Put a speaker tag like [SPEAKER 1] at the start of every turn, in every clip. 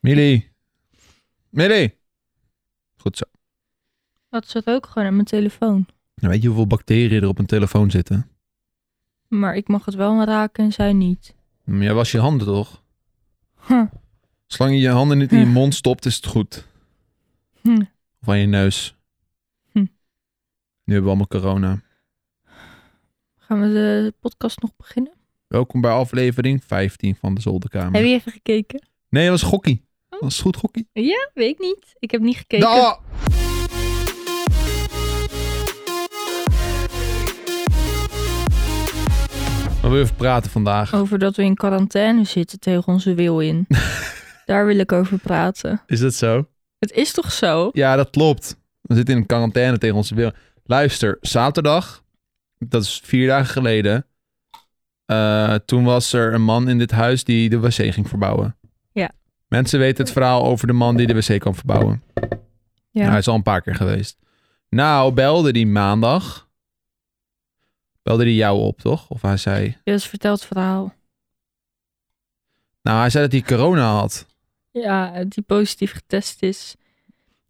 [SPEAKER 1] Millie. Millie. Goed zo.
[SPEAKER 2] Dat zat ook gewoon aan mijn telefoon.
[SPEAKER 1] Nou, weet je hoeveel bacteriën er op een telefoon zitten?
[SPEAKER 2] Maar ik mag het wel raken en zij niet.
[SPEAKER 1] Maar Hm, jij was je handen toch?
[SPEAKER 2] Huh.
[SPEAKER 1] Zolang je je handen niet in je mond stopt, is het goed.
[SPEAKER 2] Hm.
[SPEAKER 1] Of aan je neus.
[SPEAKER 2] Hm.
[SPEAKER 1] Nu hebben we allemaal corona.
[SPEAKER 2] Gaan we de podcast nog beginnen?
[SPEAKER 1] Welkom bij aflevering 15 van de Zolderkamer.
[SPEAKER 2] Heb je even gekeken?
[SPEAKER 1] Nee, dat was Gokkie.
[SPEAKER 2] Oh.
[SPEAKER 1] Dat was goed Gokkie.
[SPEAKER 2] Ja, weet ik niet. Ik heb niet gekeken.
[SPEAKER 1] Da- We willen even praten vandaag.
[SPEAKER 2] Over dat we in quarantaine zitten tegen onze wil in. Daar wil ik over praten.
[SPEAKER 1] Is dat zo?
[SPEAKER 2] Het is toch zo?
[SPEAKER 1] Ja, dat klopt. We zitten in een quarantaine tegen onze wil. Luister, zaterdag, dat is vier dagen geleden. eh, toen was er een man in dit huis die de wc ging verbouwen.
[SPEAKER 2] Ja.
[SPEAKER 1] Mensen weten het verhaal over de man die de wc kan verbouwen.
[SPEAKER 2] Ja.
[SPEAKER 1] Hij is al een paar keer geweest. Nou, belde die maandag. Belde die jou op, toch? Of hij zei.
[SPEAKER 2] Ja, dat is verteld verhaal.
[SPEAKER 1] Nou, hij zei dat hij corona had.
[SPEAKER 2] Ja, die positief getest is.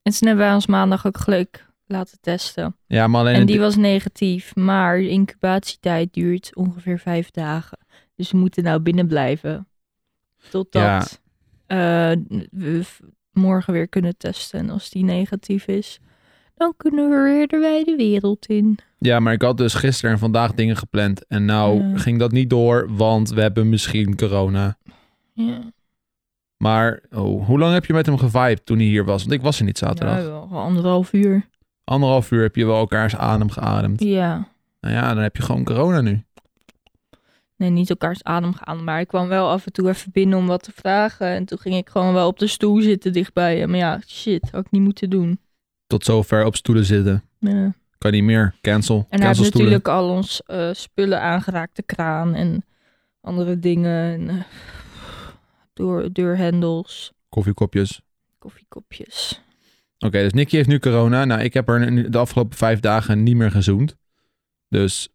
[SPEAKER 2] En toen hebben wij ons maandag ook gelijk laten testen.
[SPEAKER 1] Ja, maar alleen.
[SPEAKER 2] En
[SPEAKER 1] het-
[SPEAKER 2] die was negatief, maar de incubatietijd duurt ongeveer vijf dagen. Dus we moeten nou binnen blijven. Totdat eh, we v- morgen weer kunnen testen. En als die negatief is, dan kunnen we weer de wijde wereld in.
[SPEAKER 1] Ja, maar ik had dus gisteren en vandaag dingen gepland. En nou
[SPEAKER 2] Ja.
[SPEAKER 1] ging dat niet door, want we hebben misschien corona.
[SPEAKER 2] Ja,
[SPEAKER 1] Maar oh, hoe lang heb je met hem gevibed toen hij hier was? Want ik was er niet zaterdag.
[SPEAKER 2] ja wel anderhalf uur.
[SPEAKER 1] Anderhalf uur heb je wel elkaars adem geademd.
[SPEAKER 2] Ja,
[SPEAKER 1] Nou ja, dan heb je gewoon corona nu.
[SPEAKER 2] nee, niet elkaars adem gaan. Maar ik kwam wel af en toe even binnen om wat te vragen. En toen ging ik gewoon wel op de stoel zitten dichtbij. hem. Maar ja, shit, had ik niet moeten doen.
[SPEAKER 1] Tot zover op stoelen zitten.
[SPEAKER 2] Ja.
[SPEAKER 1] Kan niet meer. Cancel.
[SPEAKER 2] En hij heeft
[SPEAKER 1] Cancel stoelen.
[SPEAKER 2] natuurlijk al ons eh, spullen aangeraakt, de kraan en andere dingen. En, eh, door, deurhendels,
[SPEAKER 1] Koffiekopjes.
[SPEAKER 2] koffiekopjes.
[SPEAKER 1] Oké, dus Nicky heeft nu corona. Nou, ik heb haar nu de afgelopen vijf dagen niet meer gezoend. Dus,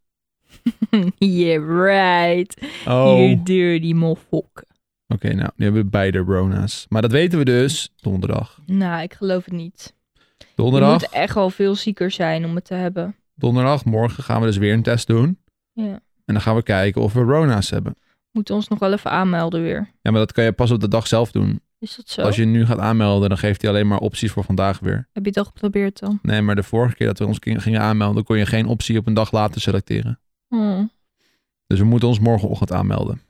[SPEAKER 2] yeah, right.
[SPEAKER 1] oh.
[SPEAKER 2] You dirty mofok.
[SPEAKER 1] Oké, nou, nu hebben we beide Rona's. Maar dat weten we dus donderdag.
[SPEAKER 2] Nou, ik geloof het niet. Je
[SPEAKER 1] Donderdag.
[SPEAKER 2] moet echt wel veel zieker zijn om het te hebben.
[SPEAKER 1] Donderdag, morgen gaan we dus weer een test doen.
[SPEAKER 2] Ja.
[SPEAKER 1] En dan gaan we kijken of we Rona's hebben.
[SPEAKER 2] Moet ons nog wel even aanmelden weer.
[SPEAKER 1] Ja, maar dat kan je pas op de dag zelf doen.
[SPEAKER 2] Is dat zo?
[SPEAKER 1] Als je nu gaat aanmelden, dan geeft hij alleen maar opties voor vandaag weer.
[SPEAKER 2] Heb je het al geprobeerd dan?
[SPEAKER 1] Nee, maar de vorige keer dat we ons ging- gingen aanmelden, kon je geen optie op een dag later selecteren.
[SPEAKER 2] Oh.
[SPEAKER 1] Dus we moeten ons morgenochtend aanmelden.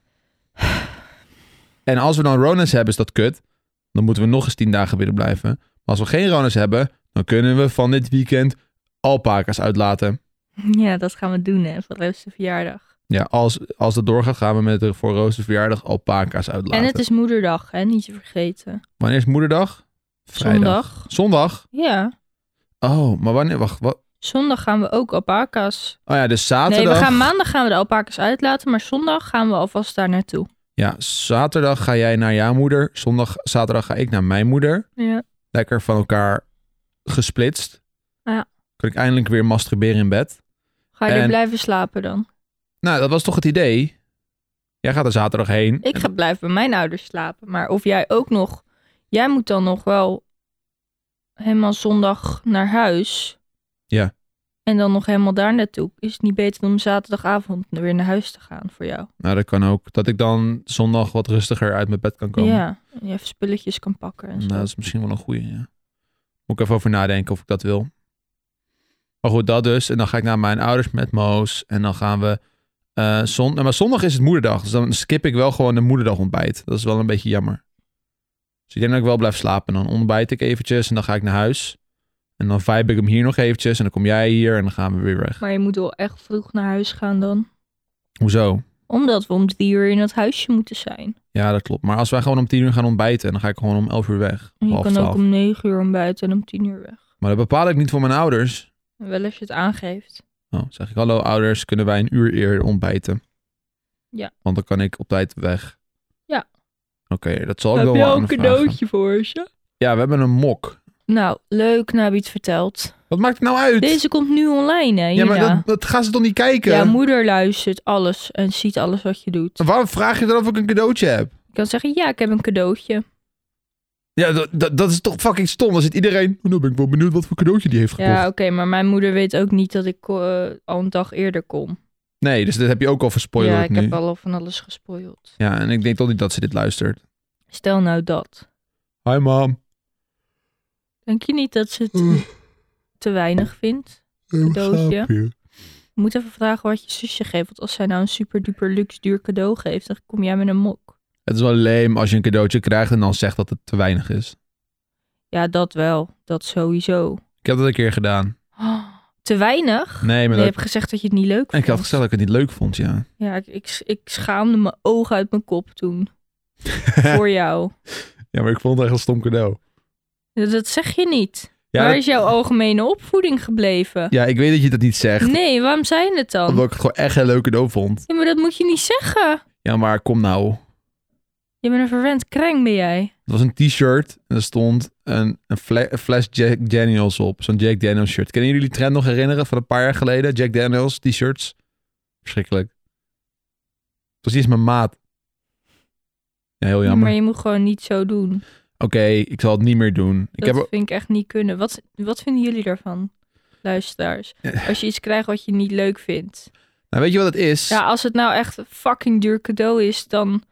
[SPEAKER 1] En als we dan Rona's hebben, is dat kut. Dan moeten we nog eens tien dagen binnen blijven. Maar als we geen Rona's hebben, dan kunnen we van dit weekend alpakas uitlaten.
[SPEAKER 2] Ja, dat gaan we doen hè, voor de rest van de verjaardag.
[SPEAKER 1] Ja, als, als dat doorgaat, gaan we met de voor Roos de verjaardag alpakas uitlaten.
[SPEAKER 2] En het is moederdag, hè? niet te vergeten.
[SPEAKER 1] Wanneer is moederdag?
[SPEAKER 2] Zondag.
[SPEAKER 1] Zondag?
[SPEAKER 2] Ja.
[SPEAKER 1] Oh, maar wanneer? Wacht, wat?
[SPEAKER 2] Zondag gaan we ook alpaca's.
[SPEAKER 1] Oh ja, dus
[SPEAKER 2] Nee,
[SPEAKER 1] zaterdag.
[SPEAKER 2] we gaan maandag gaan we de alpaca's uitlaten, maar zondag gaan we alvast daar naartoe.
[SPEAKER 1] Ja, zaterdag ga jij naar jouw moeder. Zondag, zaterdag ga ik naar mijn moeder.
[SPEAKER 2] Ja.
[SPEAKER 1] Lekker van elkaar gesplitst.
[SPEAKER 2] Ja.
[SPEAKER 1] Kan ik eindelijk weer masturberen in bed.
[SPEAKER 2] Ga je
[SPEAKER 1] En-
[SPEAKER 2] er blijven slapen dan?
[SPEAKER 1] Nou, dat was toch het idee? Jij gaat er zaterdag heen.
[SPEAKER 2] Ik ga blijven bij mijn ouders slapen, maar of jij ook nog... Jij moet dan nog wel helemaal zondag naar huis.
[SPEAKER 1] Ja.
[SPEAKER 2] En dan nog helemaal daar naartoe. Is het niet beter om zaterdagavond weer naar huis te gaan voor jou?
[SPEAKER 1] Nou, dat kan ook. Dat ik dan zondag wat rustiger uit mijn bed kan komen.
[SPEAKER 2] Ja. En je even spulletjes kan pakken en zo.
[SPEAKER 1] Nou, dat is misschien wel een goeie, ja. Moet ik even over nadenken of ik dat wil. Maar goed, dat dus. En dan ga ik naar mijn ouders met Moos. En dan gaan we... eh zon... nou, maar zondag is het moederdag. Dus dan skip ik wel gewoon de moederdag ontbijt. Dat is wel een beetje jammer. Dus ik denk dat ik wel blijf slapen. Dan ontbijt ik eventjes en dan ga ik naar huis. En dan vibe ik hem hier nog eventjes. En dan kom jij hier en dan gaan we weer weg.
[SPEAKER 2] Maar je moet wel echt vroeg naar huis gaan dan.
[SPEAKER 1] Hoezo?
[SPEAKER 2] Omdat we om drie uur in het huisje moeten zijn.
[SPEAKER 1] Ja, dat klopt. Maar als wij gewoon om tien uur gaan ontbijten... dan ga ik gewoon om elf uur weg.
[SPEAKER 2] En je
[SPEAKER 1] Half
[SPEAKER 2] kan ook
[SPEAKER 1] twaalf.
[SPEAKER 2] om 9 uur ontbijten en om 10 uur weg.
[SPEAKER 1] Maar dat bepaal ik niet voor mijn ouders.
[SPEAKER 2] Wel als je het aangeeft.
[SPEAKER 1] Oh, zeg ik, hallo ouders, kunnen wij een uur eerder ontbijten?
[SPEAKER 2] Ja.
[SPEAKER 1] Want dan kan ik op tijd weg.
[SPEAKER 2] Ja.
[SPEAKER 1] Oké, dat zal ik wel
[SPEAKER 2] je
[SPEAKER 1] wel
[SPEAKER 2] een
[SPEAKER 1] aanvragen.
[SPEAKER 2] cadeautje voor je?
[SPEAKER 1] Ja, we hebben een mok.
[SPEAKER 2] Nou, leuk Nabiet vertelt.
[SPEAKER 1] Wat maakt het nou uit?
[SPEAKER 2] Deze komt nu online, hè?
[SPEAKER 1] ja, maar
[SPEAKER 2] Jina?
[SPEAKER 1] dat, dat gaan ze toch niet kijken?
[SPEAKER 2] Ja, moeder luistert alles en ziet alles wat je doet.
[SPEAKER 1] Waarom vraag je dan of ik een cadeautje heb?
[SPEAKER 2] Je kan zeggen, ja, ik heb een cadeautje.
[SPEAKER 1] Ja, dat, dat, dat is toch fucking stom. Dan zit iedereen... Oh, nou ben ik wel benieuwd wat voor cadeautje die heeft gekocht.
[SPEAKER 2] Ja, oké, maar mijn moeder weet ook niet dat ik eh, al een dag eerder kom.
[SPEAKER 1] Nee, dus dat heb je ook al verspoilerd
[SPEAKER 2] ja, ik
[SPEAKER 1] nu.
[SPEAKER 2] heb al van alles gespoild.
[SPEAKER 1] Ja, en ik denk toch niet dat ze dit luistert.
[SPEAKER 2] Stel nou dat.
[SPEAKER 1] Hi mom.
[SPEAKER 2] Denk je niet dat ze
[SPEAKER 1] Eh,
[SPEAKER 2] het te weinig vindt? Cadeautje. Ik moet even vragen wat je zusje geeft. Want als zij nou een super duper luxe duur cadeau geeft, dan kom jij met een mok.
[SPEAKER 1] Het is wel leem als je een cadeautje krijgt en dan zegt dat het te weinig is.
[SPEAKER 2] Ja, dat wel. Dat sowieso.
[SPEAKER 1] Ik heb dat een keer gedaan.
[SPEAKER 2] Oh, te weinig?
[SPEAKER 1] Nee, maar
[SPEAKER 2] je
[SPEAKER 1] dat...
[SPEAKER 2] hebt gezegd dat je het niet leuk
[SPEAKER 1] en
[SPEAKER 2] vond.
[SPEAKER 1] ik had gezegd dat ik het niet leuk vond, ja.
[SPEAKER 2] Ja, ik, ik, ik schaamde mijn ogen uit mijn kop toen. Voor jou.
[SPEAKER 1] Ja, maar ik vond het echt een stom cadeau.
[SPEAKER 2] Dat, dat zeg je niet.
[SPEAKER 1] Ja,
[SPEAKER 2] Waar
[SPEAKER 1] dat-
[SPEAKER 2] is jouw algemene opvoeding gebleven?
[SPEAKER 1] ja, ik weet dat je dat niet zegt.
[SPEAKER 2] Nee, waarom zei je het dan?
[SPEAKER 1] Omdat ik het gewoon echt een leuk cadeau vond.
[SPEAKER 2] Ja, maar dat moet je niet zeggen.
[SPEAKER 1] Ja, maar kom nou.
[SPEAKER 2] Je bent een verwend kreng, ben jij.
[SPEAKER 1] Het was een t-shirt en er stond een, een, fle- een fles Jack Daniels op. Zo'n Jack Daniels shirt. Kunnen jullie die trend nog herinneren van een paar jaar geleden? Jack Daniels t-shirts. Verschrikkelijk. Het was iets mijn maat. Ja, heel jammer.
[SPEAKER 2] Maar je moet gewoon niet zo doen.
[SPEAKER 1] Oké, ik zal het niet meer doen. Ik
[SPEAKER 2] Dat
[SPEAKER 1] heb...
[SPEAKER 2] vind ik echt niet kunnen. Wat, wat vinden jullie daarvan, luisteraars? Als je iets krijgt wat je niet leuk vindt.
[SPEAKER 1] nou, weet je wat het is?
[SPEAKER 2] Ja, als het nou echt een fucking duur cadeau is, dan...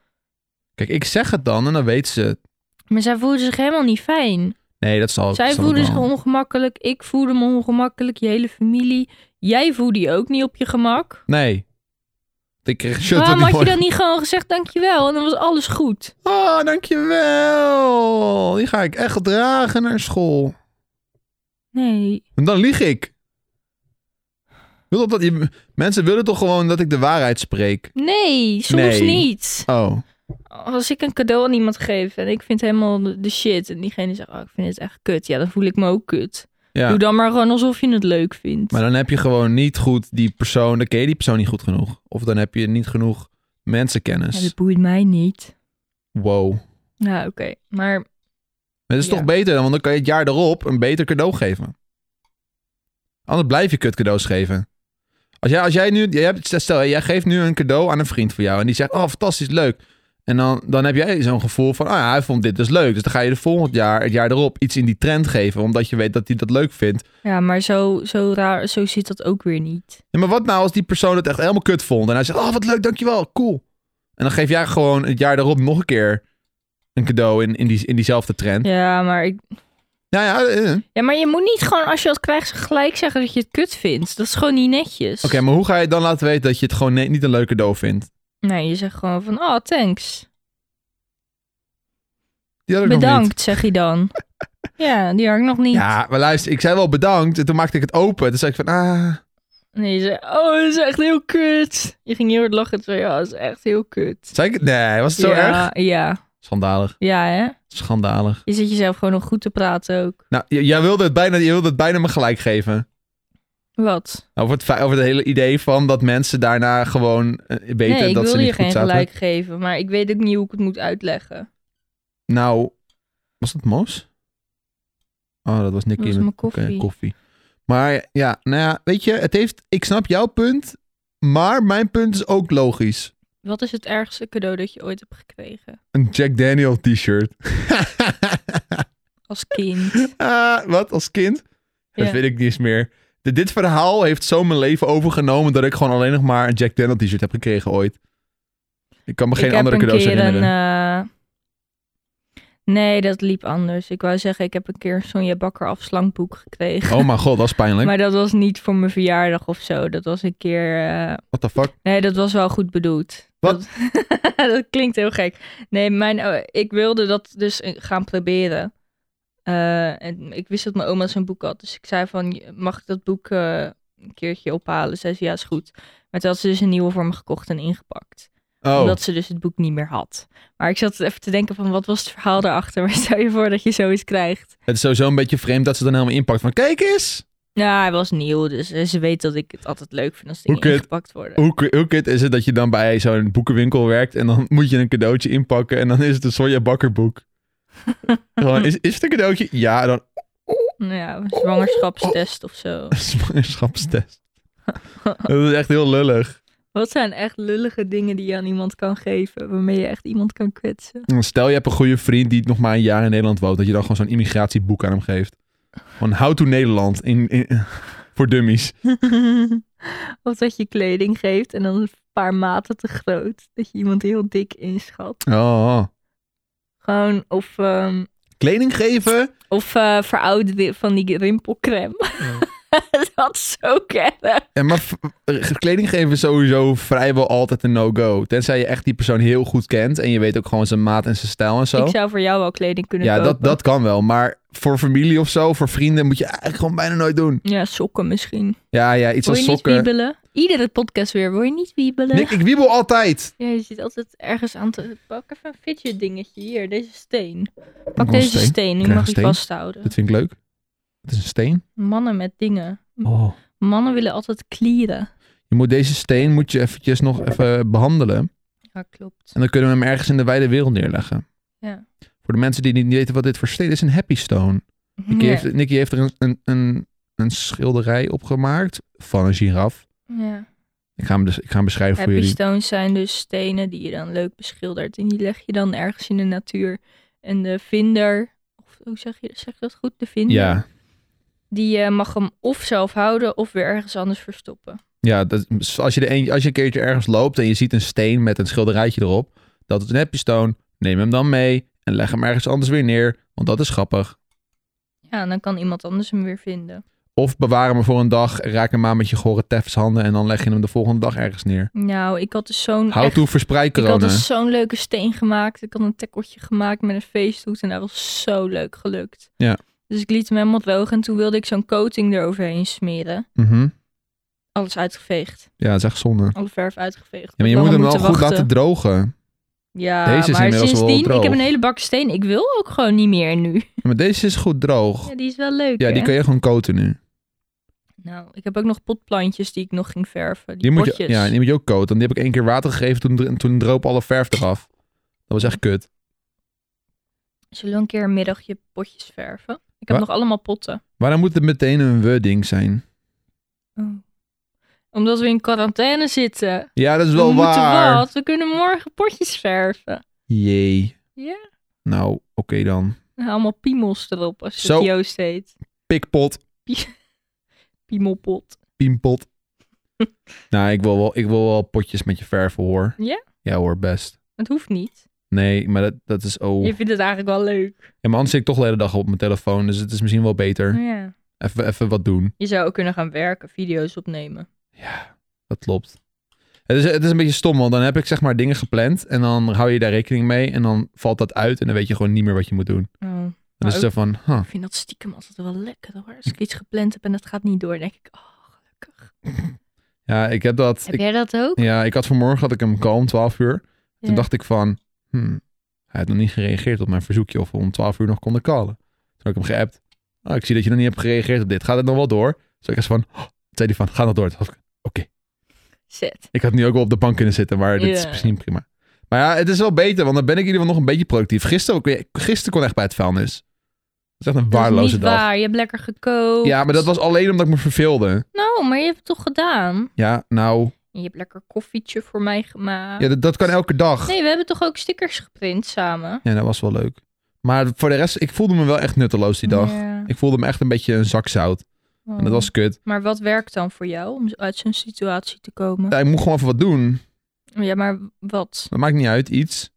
[SPEAKER 1] Kijk, ik zeg het dan en dan weet ze het.
[SPEAKER 2] Maar zij voelen zich helemaal niet fijn.
[SPEAKER 1] Nee, dat zal
[SPEAKER 2] Zij
[SPEAKER 1] zal het
[SPEAKER 2] voelen zich
[SPEAKER 1] wel.
[SPEAKER 2] ongemakkelijk. Ik voelde me ongemakkelijk. Je hele familie. Jij voelde je ook niet op je gemak.
[SPEAKER 1] Nee. Ik kreeg een shirt
[SPEAKER 2] Waarom
[SPEAKER 1] wat
[SPEAKER 2] had
[SPEAKER 1] niet
[SPEAKER 2] je
[SPEAKER 1] mooi-
[SPEAKER 2] dan niet gewoon gezegd dankjewel? En dan was alles goed.
[SPEAKER 1] Oh, dankjewel. Die ga ik echt dragen naar school.
[SPEAKER 2] Nee.
[SPEAKER 1] En dan lieg ik. Wil dat, dat je, mensen willen toch gewoon dat ik de waarheid spreek?
[SPEAKER 2] Nee, soms
[SPEAKER 1] Nee.
[SPEAKER 2] niet.
[SPEAKER 1] Oh.
[SPEAKER 2] Als ik een cadeau aan iemand geef en ik vind helemaal de de shit. En diegene zegt, oh, ik vind het echt kut. Ja, dan voel ik me ook kut.
[SPEAKER 1] Ja.
[SPEAKER 2] Doe dan maar gewoon alsof je het leuk vindt.
[SPEAKER 1] Maar dan heb je gewoon niet goed die persoon. Dan ken je die persoon niet goed genoeg. Of dan heb je niet genoeg
[SPEAKER 2] Ja,
[SPEAKER 1] mensenkennis.
[SPEAKER 2] dat boeit mij niet.
[SPEAKER 1] Wow.
[SPEAKER 2] Ja, oké. Maar
[SPEAKER 1] Maar dat is
[SPEAKER 2] Ja.
[SPEAKER 1] toch beter dan, want dan kan je het jaar erop een beter cadeau geven. Anders blijf je kut cadeaus geven. Als jij, als jij nu, jij hebt, stel, jij geeft nu een cadeau aan een vriend van jou en die zegt, oh fantastisch, leuk. En dan, dan heb jij zo'n gevoel van, ah ja, hij vond dit dus leuk. Dus dan ga je de volgend jaar, het jaar erop, iets in die trend geven, omdat je weet dat hij dat leuk vindt.
[SPEAKER 2] Ja, maar zo, zo raar, zo zit dat ook weer niet.
[SPEAKER 1] Ja, maar wat nou als die persoon het echt helemaal kut vond en hij zegt, oh wat leuk, dankjewel, cool. En dan geef jij gewoon het jaar erop nog een keer een cadeau in, in, die, in diezelfde trend.
[SPEAKER 2] Ja, maar, ik,
[SPEAKER 1] Nou ja, eh.
[SPEAKER 2] ja, maar je moet niet gewoon als je dat krijgt gelijk zeggen dat je het kut vindt. Dat is gewoon niet netjes.
[SPEAKER 1] Oké, maar hoe ga je dan laten weten dat je het gewoon ne- niet een leuk cadeau vindt?
[SPEAKER 2] Nee, je zegt gewoon van, oh, thanks.
[SPEAKER 1] Die had ik nog niet.
[SPEAKER 2] Bedankt, zeg je dan. ja, die had ik nog niet.
[SPEAKER 1] Ja, maar luister, ik zei wel bedankt en toen maakte ik het open. Toen zei ik van, ah,
[SPEAKER 2] Nee, je zei, oh, dat is echt heel kut. Je ging heel hard lachen. Toen zei je, ja, dat is echt heel kut.
[SPEAKER 1] zei ik het? Nee, was het zo
[SPEAKER 2] ja,
[SPEAKER 1] erg?
[SPEAKER 2] Ja,
[SPEAKER 1] Schandalig,
[SPEAKER 2] ja, hè?
[SPEAKER 1] schandalig.
[SPEAKER 2] Je zit jezelf gewoon nog goed te praten ook.
[SPEAKER 1] Nou, j- jij wilde het bijna, je wilde het bijna me gelijk geven. Nou,
[SPEAKER 2] Wat?
[SPEAKER 1] Over het, fe- over het hele idee van dat mensen daarna gewoon eh, weten
[SPEAKER 2] nee, ik
[SPEAKER 1] dat
[SPEAKER 2] wil
[SPEAKER 1] ze
[SPEAKER 2] je
[SPEAKER 1] niet goed
[SPEAKER 2] geen
[SPEAKER 1] zaten.
[SPEAKER 2] gelijk geven, maar ik weet ook niet hoe ik het moet uitleggen.
[SPEAKER 1] Nou, was dat Mos? Oh, dat was Nicky.
[SPEAKER 2] Dat was
[SPEAKER 1] met-
[SPEAKER 2] mijn
[SPEAKER 1] oké,
[SPEAKER 2] koffie.
[SPEAKER 1] koffie. Maar ja, nou ja, weet je, het heeft, ik snap jouw punt, maar mijn punt is ook logisch.
[SPEAKER 2] Wat is het ergste cadeau dat je ooit hebt gekregen?
[SPEAKER 1] Een Jack Daniel t-shirt.
[SPEAKER 2] Als kind.
[SPEAKER 1] Ah, wat, als kind? Dat
[SPEAKER 2] Ja.
[SPEAKER 1] weet ik niet eens meer. De- dit verhaal heeft zo mijn leven overgenomen dat ik gewoon alleen nog maar een Jack Daniel t-shirt heb gekregen ooit. Ik kan me geen
[SPEAKER 2] ik
[SPEAKER 1] andere
[SPEAKER 2] heb een
[SPEAKER 1] cadeaus
[SPEAKER 2] keer een.
[SPEAKER 1] herinneren.
[SPEAKER 2] eh, Nee, dat liep anders. Ik wou zeggen, ik heb een keer een Sonja Bakker afslankboek gekregen.
[SPEAKER 1] Oh mijn god, dat is pijnlijk.
[SPEAKER 2] eh, Maar dat was niet voor mijn verjaardag of zo. Dat was een keer. eh,
[SPEAKER 1] What the fuck?
[SPEAKER 2] Nee, dat was wel goed bedoeld.
[SPEAKER 1] Wat?
[SPEAKER 2] Dat, dat klinkt heel gek. Nee, mijn, eh, ik wilde dat dus eh, gaan proberen. Eh, en ik wist dat mijn oma zo'n boek had. Dus ik zei van, mag ik dat boek eh, een keertje ophalen? Zij zei, ja, is goed. Maar toen had ze dus een nieuwe voor me gekocht en ingepakt.
[SPEAKER 1] Oh,
[SPEAKER 2] Omdat ze dus het boek niet meer had. Maar ik zat even te denken van, wat was het verhaal daarachter? Maar stel je voor dat je zoiets krijgt.
[SPEAKER 1] het is sowieso een beetje vreemd dat ze dan helemaal inpakt van kijk eens.
[SPEAKER 2] Nou, hij was nieuw, dus eh, ze weet dat ik het altijd leuk vind als
[SPEAKER 1] Hoe
[SPEAKER 2] dingen
[SPEAKER 1] kut.
[SPEAKER 2] ingepakt worden.
[SPEAKER 1] Hoe, k- hoe kut is het dat je dan bij zo'n boekenwinkel werkt en dan moet je een cadeautje inpakken en dan is het een Sonja Bakker boek. Gewoon, is, is het een cadeautje? Ja, dan
[SPEAKER 2] Nou Ja, een zwangerschapstest of zo.
[SPEAKER 1] Een zwangerschapstest. dat is echt heel lullig.
[SPEAKER 2] Wat zijn echt lullige dingen die je aan iemand kan geven, waarmee je echt iemand kan kwetsen?
[SPEAKER 1] Stel je hebt een goede vriend die nog maar een jaar in Nederland woont, dat je dan gewoon zo'n immigratieboek aan hem geeft. Van How to Nederland in, in- voor dummies.
[SPEAKER 2] of dat je kleding geeft en dan een paar maten te groot, dat je iemand heel dik inschat.
[SPEAKER 1] Oh.
[SPEAKER 2] Gewoon, of, ehm,
[SPEAKER 1] Kleding geven?
[SPEAKER 2] of eh verouderd wi- van die rimpelcreme. dat is zo kennen.
[SPEAKER 1] Ja, maar v- eh, kleding geven is sowieso vrijwel altijd een no-go. Tenzij je echt die persoon heel goed kent en je weet ook gewoon zijn maat en zijn stijl en zo.
[SPEAKER 2] Ik zou voor jou wel kleding kunnen
[SPEAKER 1] Ja, dat,
[SPEAKER 2] kopen.
[SPEAKER 1] dat kan wel. Maar voor familie of zo, voor vrienden, moet je eigenlijk gewoon bijna nooit doen.
[SPEAKER 2] Ja, sokken misschien.
[SPEAKER 1] Ja, ja, iets
[SPEAKER 2] Wil
[SPEAKER 1] als
[SPEAKER 2] je niet
[SPEAKER 1] sokken.
[SPEAKER 2] wiebelen? Iedere podcast weer. Wil je niet wiebelen?
[SPEAKER 1] Nee, ik wiebel altijd.
[SPEAKER 2] Ja, je zit altijd ergens aan te... Pak even een fidget dingetje. Hier, deze steen.
[SPEAKER 1] wel
[SPEAKER 2] Pak
[SPEAKER 1] een
[SPEAKER 2] deze
[SPEAKER 1] steen.
[SPEAKER 2] steen.
[SPEAKER 1] Ik
[SPEAKER 2] Nu
[SPEAKER 1] krijg
[SPEAKER 2] mag
[SPEAKER 1] een
[SPEAKER 2] je
[SPEAKER 1] steen.
[SPEAKER 2] vasthouden.
[SPEAKER 1] Dat vind ik leuk. Het is een steen.
[SPEAKER 2] Mannen met dingen.
[SPEAKER 1] Oh.
[SPEAKER 2] Mannen willen altijd klieren.
[SPEAKER 1] Je moet deze steen moet je eventjes nog even behandelen.
[SPEAKER 2] Ja, klopt.
[SPEAKER 1] En dan kunnen we hem ergens in de wijde wereld neerleggen.
[SPEAKER 2] Ja.
[SPEAKER 1] Voor de mensen die niet weten wat dit voor steen is, een happy stone. Nicky,
[SPEAKER 2] Ja.
[SPEAKER 1] heeft, Nicky heeft er een, een, een, een schilderij op gemaakt van een giraf.
[SPEAKER 2] Ja.
[SPEAKER 1] Ik ga hem, dus, ik ga hem beschrijven voor
[SPEAKER 2] Happy
[SPEAKER 1] jullie.
[SPEAKER 2] stones zijn dus stenen die je dan leuk beschildert. En die leg je dan ergens in de natuur. En de vinder... Of hoe zeg je, zeg je dat goed? De vinder?
[SPEAKER 1] Ja,
[SPEAKER 2] Die eh, mag hem of zelf houden of weer ergens anders verstoppen.
[SPEAKER 1] ja dat, als, je de een, als je een keertje ergens loopt en je ziet een steen met een schilderijtje erop. Dat is een happy stone. Neem hem dan mee en leg hem ergens anders weer neer. Want dat is grappig.
[SPEAKER 2] Ja, en dan kan iemand anders hem weer vinden.
[SPEAKER 1] Of bewaar hem voor een dag, raak hem aan met je gore teffens handen en dan leg je hem de volgende dag ergens neer.
[SPEAKER 2] Nou, ik had dus zo'n...
[SPEAKER 1] Hou
[SPEAKER 2] echt-
[SPEAKER 1] toe, verspreid
[SPEAKER 2] Ik had
[SPEAKER 1] corona.
[SPEAKER 2] dus zo'n leuke steen gemaakt. Ik had een tekkeltje gemaakt met een feesthoed. En dat was zo leuk gelukt.
[SPEAKER 1] Ja.
[SPEAKER 2] Dus ik liet hem helemaal droog. En toen wilde ik zo'n coating eroverheen smeren.
[SPEAKER 1] Mhm.
[SPEAKER 2] Alles uitgeveegd.
[SPEAKER 1] Ja, dat is echt zonde. Ja,
[SPEAKER 2] Alle verf uitgeveegd.
[SPEAKER 1] maar je
[SPEAKER 2] Lang
[SPEAKER 1] moet hem wel
[SPEAKER 2] moeten
[SPEAKER 1] goed laten drogen.
[SPEAKER 2] Ja,
[SPEAKER 1] Deze is
[SPEAKER 2] maar
[SPEAKER 1] inmiddels wel
[SPEAKER 2] sindsdien,
[SPEAKER 1] droog.
[SPEAKER 2] ik heb een hele bak steen. Ik wil ook gewoon niet meer nu.
[SPEAKER 1] Maar deze is goed droog.
[SPEAKER 2] Ja, die is wel leuk,
[SPEAKER 1] Ja,
[SPEAKER 2] hè?
[SPEAKER 1] die kan je gewoon koten nu.
[SPEAKER 2] Nou, ik heb ook nog potplantjes die ik nog ging verven. Die,
[SPEAKER 1] Die moet, je,
[SPEAKER 2] potjes.
[SPEAKER 1] ja, die moet je ook koten. Want die heb ik één keer water gegeven, toen, dr- toen droop alle verf eraf. Dat was echt kut.
[SPEAKER 2] Zullen we een keer een middagje potjes verven? Ik heb
[SPEAKER 1] Wa-
[SPEAKER 2] nog allemaal potten.
[SPEAKER 1] Waarom moet het meteen een we-ding zijn?
[SPEAKER 2] Omdat we in quarantaine zitten.
[SPEAKER 1] Ja, dat is wel
[SPEAKER 2] we moeten
[SPEAKER 1] waar.
[SPEAKER 2] wat. We kunnen morgen potjes verven.
[SPEAKER 1] Jee.
[SPEAKER 2] Ja.
[SPEAKER 1] Nou, oké dan.
[SPEAKER 2] En Allemaal piemels erop, als je
[SPEAKER 1] Zo.
[SPEAKER 2] het Joost heet.
[SPEAKER 1] Pikpot,
[SPEAKER 2] Piemelpot.
[SPEAKER 1] piempot. nou, ik wil, wel, ik wil wel potjes met je verven hoor.
[SPEAKER 2] Ja?
[SPEAKER 1] Ja hoor, best.
[SPEAKER 2] Het hoeft niet.
[SPEAKER 1] Nee, maar dat, dat is... Oh.
[SPEAKER 2] Je vindt het eigenlijk wel leuk.
[SPEAKER 1] Ja, maar anders zit ik toch de hele dag op mijn telefoon. Dus het is misschien wel beter.
[SPEAKER 2] Ja.
[SPEAKER 1] Even, even wat doen.
[SPEAKER 2] Je zou ook kunnen gaan werken, video's opnemen.
[SPEAKER 1] Ja, dat klopt. Het is, het is een beetje stom, want dan heb ik zeg maar dingen gepland. En dan hou je daar rekening mee. En dan valt dat uit. En dan weet je gewoon niet meer wat je moet doen.
[SPEAKER 2] Oh.
[SPEAKER 1] Dan is het zo van, huh,
[SPEAKER 2] Ik vind dat stiekem altijd wel lekker hoor. Als ik iets gepland heb en het gaat niet door, denk ik, oh, gelukkig.
[SPEAKER 1] ja, ik heb dat.
[SPEAKER 2] Heb
[SPEAKER 1] ik-
[SPEAKER 2] jij dat ook?
[SPEAKER 1] ja, ik had vanmorgen had ik hem call om 12 uur. Toen
[SPEAKER 2] Ja.
[SPEAKER 1] dacht ik van, hmm, hij had nog niet gereageerd op mijn verzoekje. Of we om 12 uur nog konden callen. Toen heb ik hem geappt. Ah, ik zie dat je nog niet hebt gereageerd op dit. Gaat het nog wel door? Toen zei ik eens van, oh, toen zei hij van, gaat nog door. Toen dacht ik,
[SPEAKER 2] Zet.
[SPEAKER 1] Ik had nu ook wel op de bank kunnen zitten, maar dit is
[SPEAKER 2] Ja.
[SPEAKER 1] misschien prima. Maar ja, het is wel beter, want dan ben ik in ieder geval nog een beetje productief. Gisteren, ook- gisteren kon echt bij het vuilnis. Dat is echt een
[SPEAKER 2] dat is
[SPEAKER 1] waardeloze
[SPEAKER 2] niet
[SPEAKER 1] dag.
[SPEAKER 2] waar. Je hebt lekker gekookt.
[SPEAKER 1] Ja, maar dat was alleen omdat ik me verveelde.
[SPEAKER 2] Nou, maar je hebt het toch gedaan?
[SPEAKER 1] Ja, nou,
[SPEAKER 2] En je hebt lekker koffietje voor mij gemaakt.
[SPEAKER 1] ja, dat, dat kan elke dag.
[SPEAKER 2] Nee, we hebben toch ook stickers geprint samen?
[SPEAKER 1] Ja, dat was wel leuk. Maar voor de rest, ik voelde me wel echt nutteloos die dag.
[SPEAKER 2] Ja. Oh.
[SPEAKER 1] Ik voelde me echt een beetje een zak zout. En dat was kut.
[SPEAKER 2] Maar wat werkt dan voor jou om uit zo'n situatie te komen?
[SPEAKER 1] Ja, ik moet gewoon even wat doen.
[SPEAKER 2] Ja, maar wat?
[SPEAKER 1] Dat maakt niet uit, iets.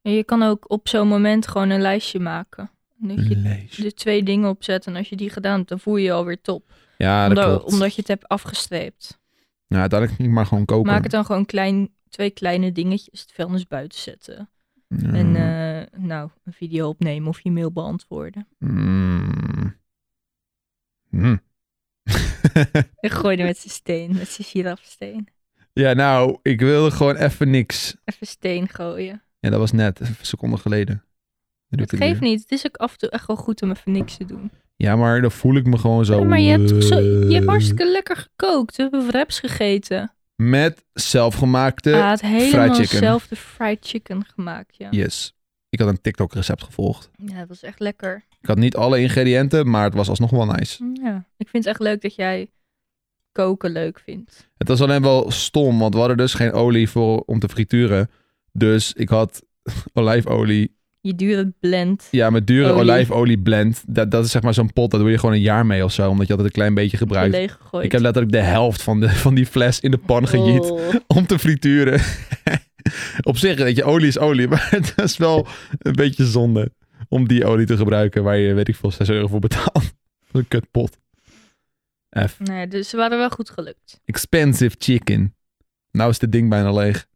[SPEAKER 2] Je kan ook op zo'n moment gewoon een lijstje maken. Dat je
[SPEAKER 1] Lees.
[SPEAKER 2] de twee dingen opzet en als je die gedaan hebt, dan voel je je alweer top.
[SPEAKER 1] Ja, dat
[SPEAKER 2] Omdat-
[SPEAKER 1] klopt.
[SPEAKER 2] Omdat je het hebt afgestreept.
[SPEAKER 1] Ja, uiteindelijk moet ik maar gewoon koken.
[SPEAKER 2] Maak het dan gewoon klein, twee kleine dingetjes. Het vuilnis buiten zetten.
[SPEAKER 1] Ja.
[SPEAKER 2] En eh, nou, een video opnemen of je mail beantwoorden.
[SPEAKER 1] Mm. Mm.
[SPEAKER 2] En gooien met zijn steen, met zijn girafsteen.
[SPEAKER 1] ja, nou, ik wilde gewoon even niks.
[SPEAKER 2] Even steen gooien.
[SPEAKER 1] Ja, dat was net, een seconde geleden. Dat
[SPEAKER 2] Het geeft niet. Het is ook af en toe echt wel goed om even niks te doen.
[SPEAKER 1] Ja, maar dan voel ik me gewoon zo. eh,
[SPEAKER 2] Ja, maar je hebt, toch zo, je hebt hartstikke lekker gekookt. We hebben wraps gegeten.
[SPEAKER 1] Met zelfgemaakte.
[SPEAKER 2] Hij had helemaal
[SPEAKER 1] Eh, chicken.
[SPEAKER 2] zelfde fried chicken gemaakt. Ja.
[SPEAKER 1] Yes. Ik had een TikTok-recept gevolgd.
[SPEAKER 2] ja, dat was echt lekker.
[SPEAKER 1] Ik had niet alle ingrediënten, maar het was alsnog wel nice.
[SPEAKER 2] Ja. Ik vind het echt leuk dat jij koken leuk vindt.
[SPEAKER 1] Het was alleen wel stom, want we hadden dus geen olie voor, om te frituren. Dus ik had olijfolie.
[SPEAKER 2] Je dure blend.
[SPEAKER 1] Ja, met dure
[SPEAKER 2] Olie.
[SPEAKER 1] olijfolie blend. Dat, dat is zeg maar zo'n pot, daar doe je gewoon een jaar mee of zo. Omdat je altijd een klein beetje gebruikt.
[SPEAKER 2] leeg gegooid.
[SPEAKER 1] Ik heb letterlijk de helft van, de, van die fles in de pan gejiet
[SPEAKER 2] Oh.
[SPEAKER 1] om te frituren. Op zich, weet je, olie is olie, maar het is wel een beetje zonde om die olie te gebruiken waar je, weet ik veel, 6 euro voor betaalt. Een kutpot. F.
[SPEAKER 2] Nee, dus ze waren wel goed gelukt.
[SPEAKER 1] Expensive chicken. Nou is dit ding bijna leeg.